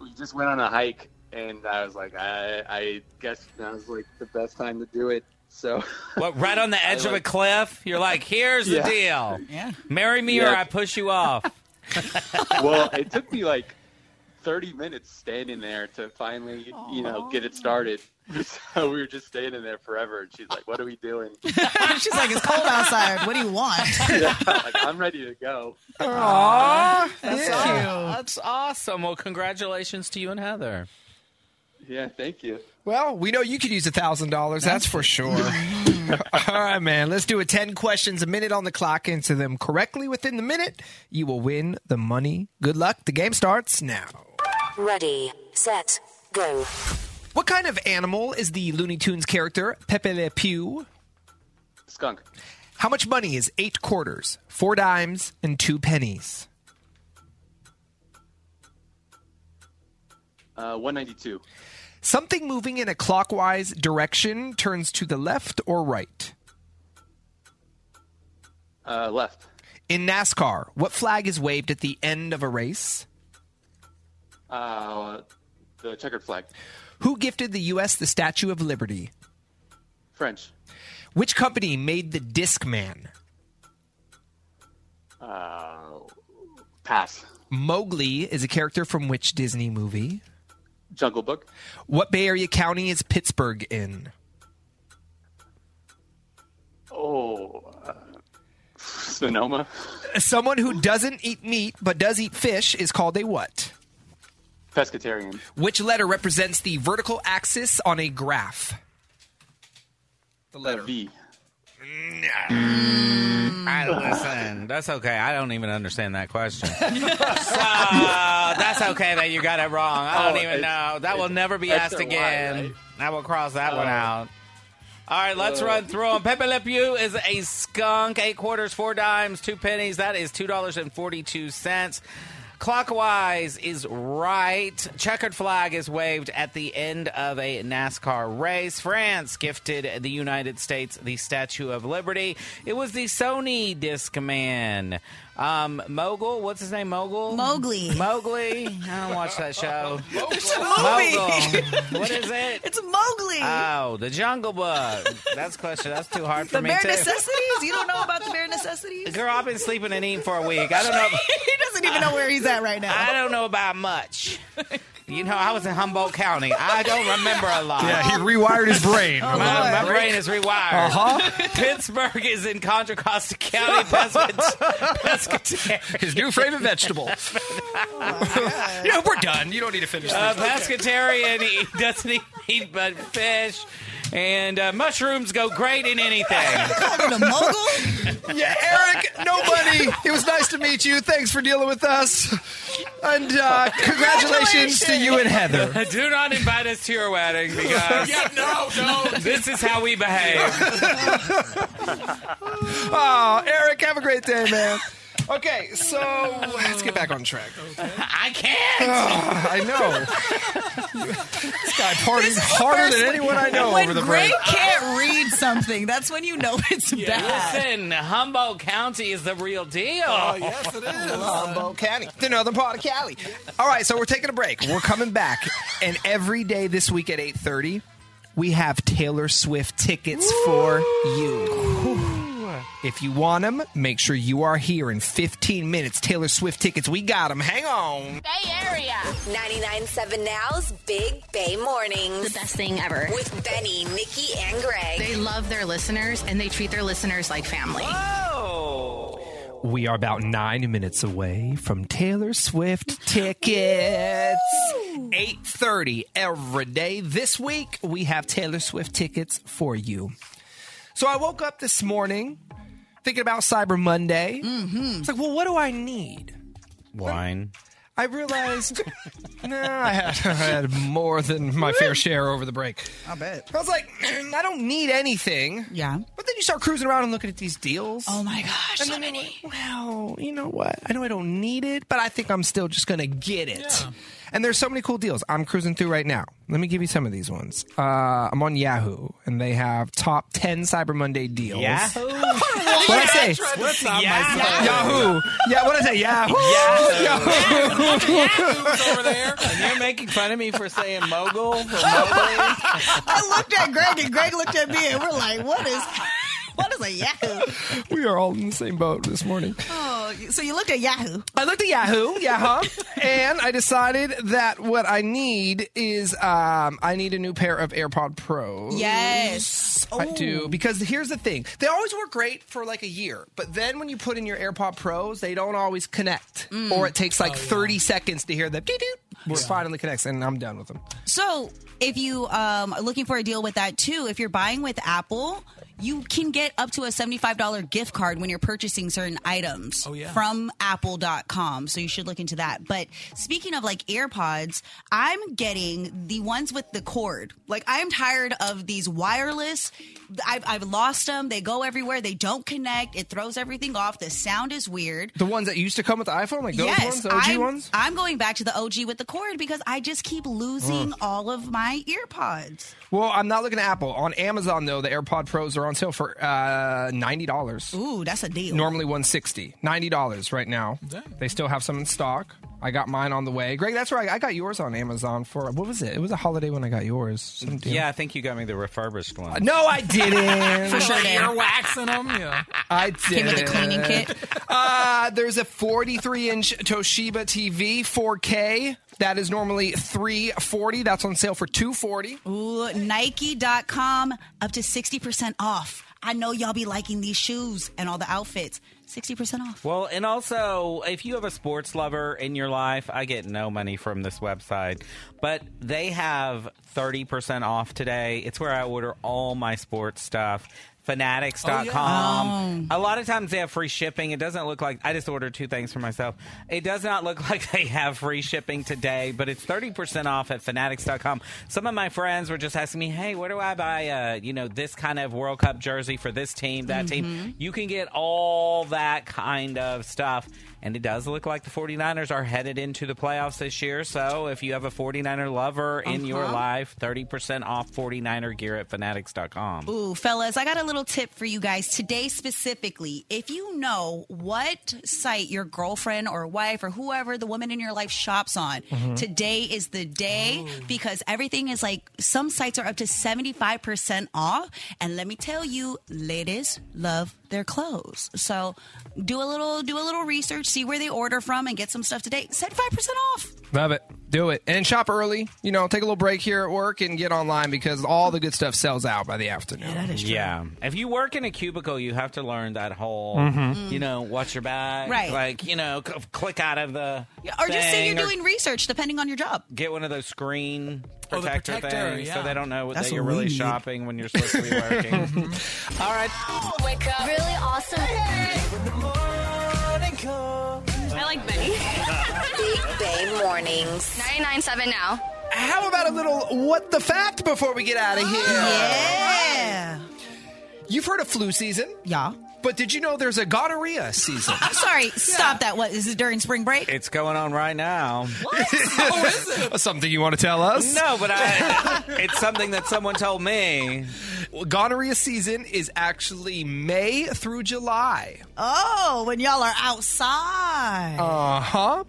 we just went on a hike, and I was like, I, I guess that was like the best time to do it. So.
What, right on the edge of a cliff? You're like, here's the
Yeah.
deal. Marry me or
Yeah.
I push you [LAUGHS] off.
well, it took me like 30 minutes standing there to finally, you know, get it started. [LAUGHS] So we were just standing there forever, and she's like, "What are we doing?" [LAUGHS]
[LAUGHS] She's like, it's cold outside. What do you want?
Yeah, like, I'm ready to go.
Aw,
that's
aw- That's awesome. Well, congratulations to you and Heather.
Yeah, thank you.
Well, we know you could use a thousand dollars. That's for sure. [LAUGHS] All right, man. Let's do it. Ten questions, a minute on the clock. Answer them correctly within the minute. You will win the money. Good luck. The game starts now.
Ready, set, go.
What kind of animal is the Looney Tunes character Pepe Le Pew?
Skunk.
How much money is eight quarters, four dimes, and two pennies?
Uh, 192.
Something moving in a clockwise direction turns to the left or right.
Uh, left.
In NASCAR, what flag is waved at the end of a race?
Uh, the checkered flag.
Who gifted the U.S. the Statue of Liberty?
French.
Which company made the Discman?
Uh, pass.
Mowgli is a character from which Disney movie?
Jungle Book.
What Bay Area county is Pittsburgh in?
Oh. Uh, Sonoma.
Someone who doesn't eat meat but does eat fish is called a what?
Pescatarian.
Which letter represents the vertical axis on a graph? [LAUGHS] The
letter V.
I, listen, that's okay. I don't even understand that [LAUGHS] question. so Uh, that's okay that you got it wrong. I don't
Oh,
even
it's-
know. That will
it's
never be
extra
asked
wide,
again.
right?
I will cross that one
Oh.
out. All right, let's
Oh.
run through them. Pepe Le Pew is a skunk. Eight quarters, four dimes, two pennies. That is two dollars and forty-two cents. Clockwise is right. Checkered flag is waved at the end of a NASCAR race. France gifted the United States the Statue of Liberty. It was the Sony Discman. Um, Mogul, what's his name? Mogul? Mowgli. Mowgli. I don't watch that show.
It's a [LAUGHS]
Mogul. What is it?
It's Mowgli.
Oh, the Jungle Book. That's a question. That's too hard for
the
me
bare
too.
necessities? You don't know about the
[LAUGHS]
bare necessities?
Girl, I've been sleeping and eating for a week. I don't know.
[LAUGHS] he doesn't even know [LAUGHS] where he's at right now.
I don't know about much. You know, I was in Humboldt County. I don't remember a lot.
Yeah, he rewired his brain.
My, my brain is rewired.
Uh-huh.
Pittsburgh is in Contra Costa County. Pescat- pescatarian.
[LAUGHS]
Oh,
His new
[LAUGHS]
favorite vegetable. yeah, we're done. You don't need to finish
Uh,
this.
pescatarian. He doesn't eat meat but fish. And uh, mushrooms go great
[LAUGHS]
in anything. [LAUGHS]
yeah, Eric, nobody. It was nice to meet you. Thanks for dealing with us. And uh, congratulations to you and Heather.
[LAUGHS] Do not invite us to your wedding because
Yeah, no, don't.
this is how we behave.
[LAUGHS] Oh, Eric, have a great day, man. Okay, so let's get back on track.
I can't.
Ugh, Ah, I know. this guy parties harder than anyone I know
when
over the
Greg
break.
can't read something, that's when you know it's bad.
Listen, Humboldt County is the real deal.
Oh, it is. Humboldt County, the northern part of Cali. All right, so we're taking a break. We're coming back, and every day this week at eight thirty, we have Taylor Swift tickets for you. If you want them, make sure you are here in 15 minutes. Taylor Swift tickets, we got them. Hang on.
Bay Area. 99.7 Now's Big Bay Mornings. The best thing ever. With Benny, Nikki, and Greg.
They love their listeners and they treat their listeners like family.
We are about nine minutes away from Taylor Swift tickets. Eight thirty every day this week. We have Taylor Swift tickets for you. So I woke up this morning thinking about Cyber Monday. Mm-hmm. It's like, well, what do I need?
Wine.
I realized, no, I had,
[LAUGHS]
I had more than my fair share over the break. I bet. I was like, [CLEARS THROAT] I don't need anything.
Yeah.
But then you start cruising around and looking at these deals.
Oh my gosh,
And
so
then you're like, wow, you know what? I know I don't need it, but I think I'm still just going to get it. And there's so many cool deals I'm cruising through right now. Let me give you some of these ones. Uh, I'm on Yahoo, and they have top 10 Cyber Monday deals.
Oh,
what
What'd I say?
What's
on
yeah.
my side? Yahoo. Yeah, what did I say? Yahoo.
Yahoo.
Yahoo.
Yahoo's over there. And you're making fun of me for saying mogul. For mogul.
I looked at Greg and Greg looked at me and we're like, what is what is a
[LAUGHS]
Yahoo?
[LAUGHS] We are all in the same boat this morning.
Oh, so you looked at Yahoo.
I looked
[LAUGHS]
at Yahoo, Yahoo, and I decided that what I need is um, I need a new pair of AirPod Pros.
Yes.
I do
Ooh.
because here's the thing: they always work great for like a year, but then when you put in your AirPod Pros, they don't always connect,
Mm.
or it takes like 30 seconds to hear that. It finally connects, and I'm done with them.
So if you um, are looking for a deal with that too, if you're buying with Apple, You can get up to a $75 gift card when you're purchasing certain items
Oh, yeah.
from apple.com. So you should look into that. But speaking of like AirPods, I'm getting the ones with the cord. Like I'm tired of these wireless. I've, I've lost them. They go everywhere. They don't connect. It throws everything off. The sound is weird
The ones that used to come with the iPhone, like those ones, the OG
I'm,
ones.
I'm going back to the OG with the cord because I just keep losing
Mm.
all of my ear pods.
Well, I'm not looking at Apple. On Amazon though, the AirPod Pros are on sale for uh, ninety dollars.
Ooh, that's a deal.
Normally one sixty. Ninety dollars right now. They still have some in stock. I got mine on the way. Greg, that's right. I got yours on Amazon for what was it? It was a holiday when I got yours. Some deal.
Yeah, I think you got me the refurbished one.
No, I
[LAUGHS]
didn't.
For sure
You're waxing them. Yeah.
I did.
Came with a cleaning
it. [LAUGHS] uh, there's a 43 inch Toshiba TV 4K. That is normally 340. That's on sale for 240.
Ooh, Nike.com up to 60% off. I know y'all be liking these shoes and all the outfits. 60% off.
Well, and also, if you have a sports lover in your life, I get no money from this website, but they have 30% off today. It's where I order all my sports stuff. Fanatics.com. A lot of times they have free shipping. It doesn't look like I just ordered two things for myself. It does not look [LAUGHS] like they have free shipping today, but it's 30% off at fanatics.com. Some of my friends were just asking me, "Hey, where do I buy uh, you know, this kind of World Cup jersey for this team, that
Mhm.
team?" You can get all that kind of stuff. And it does look like the 49ers are headed into the playoffs this year. So if you have a 49er lover in your
Uh-huh.
life, 30% off 49er gear at fanatics.com.
Ooh, fellas, I got a little tip for you guys today specifically. If you know what site your girlfriend or wife or whoever the woman in your life shops on,
Mhm.
today is the day because everything is like some sites are up to 75% off. And let me tell you, ladies love their clothes. So do a little do a little research, see where they order from and get some stuff today. 75% off.
Love it. Do it. And shop early. You know, take a little break here at work and get online because all the good stuff sells out by the afternoon.
that is
Yeah. If you work in a cubicle, you have to learn that whole,
Mhm.
you know, watch your back.
Right.
Like, you know, c- click out of the.
Or just say
thing,
you're
or
doing research depending on your job.
Get one of those screen
Oh, the
protector,
protector,
things
yeah.
so they don't know
That's
that you're
what we
really
need.
shopping when you're supposed to be working. All right.
Wake up. Really awesome. I like Benny.
Big Bay Mornings.
99.7 now.
How about a little what the fact before we get out of here?
Yeah.
You've heard of flu season.
Yeah.
But did you know there's a gonorrhea season?
I'm
[LAUGHS]
sorry. Stop that. What is it during spring break?
It's going on right now.
What? Oh,
Something you want to tell us?
No, but I, it's something that someone told me.
Well, gonorrhea season is actually May through July.
Oh, when y'all are outside.
Uh huh.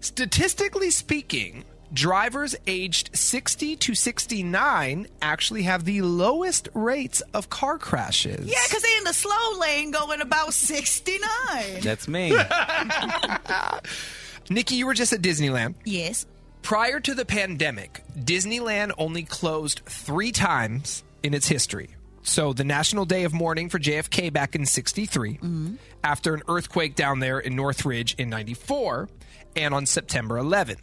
Statistically speaking, drivers aged 60 to 69 actually have the lowest rates of car crashes.
Yeah, because they in the slow lane going about 69.
That's
[LAUGHS]
me.
Nikki, you were just at Disneyland.
Yes.
Prior to the pandemic, Disneyland only closed three times in its history. So, the National Day of Mourning for JFK back in 63, after an earthquake down there in Northridge in 94, and on September 11th.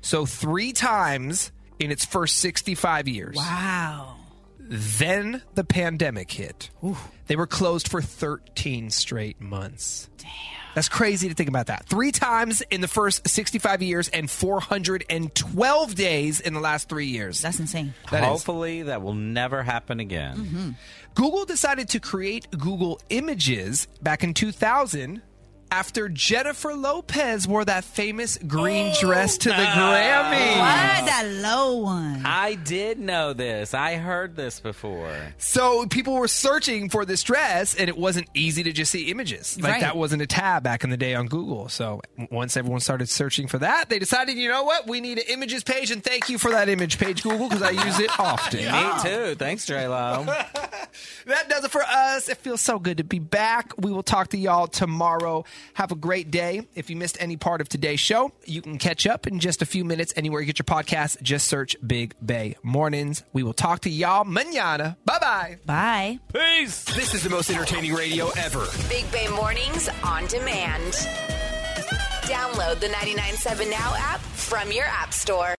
So, three times in its first 65 years.
Wow.
Then the pandemic hit. They were closed for 13 straight months. Damn. That's crazy to think about that. Three times in the first 65 years and 412 [LAUGHS] days in the last three years. That's
insane.
That is.
Hopefully, that will never happen again.
Google decided to create Google Images back in 2000 after Jennifer Lopez wore that famous green dress to the Grammys.
Why that low one?
I did know this. I heard this before.
So people were searching for this dress, and it wasn't easy to just see images. Like
Right.
that wasn't a tab back in the day on Google. So w- once everyone started searching for that, they decided, you know what, we need an images page, and thank you for that image page, Google, because I
[LAUGHS]
use it often.
Me too. Thanks, J Lo.
That does it for us. It feels so good to be back. We will talk to y'all tomorrow. Have a great day. If you missed any part of today's show, you can catch up in just a few minutes anywhere you get your podcast. Just search Big Bay Mornings. We will talk to y'all manana. Bye bye.
Bye.
Peace. This is the most entertaining radio ever.
Big Bay Mornings on demand. Download the 99.7 Now app from your app store.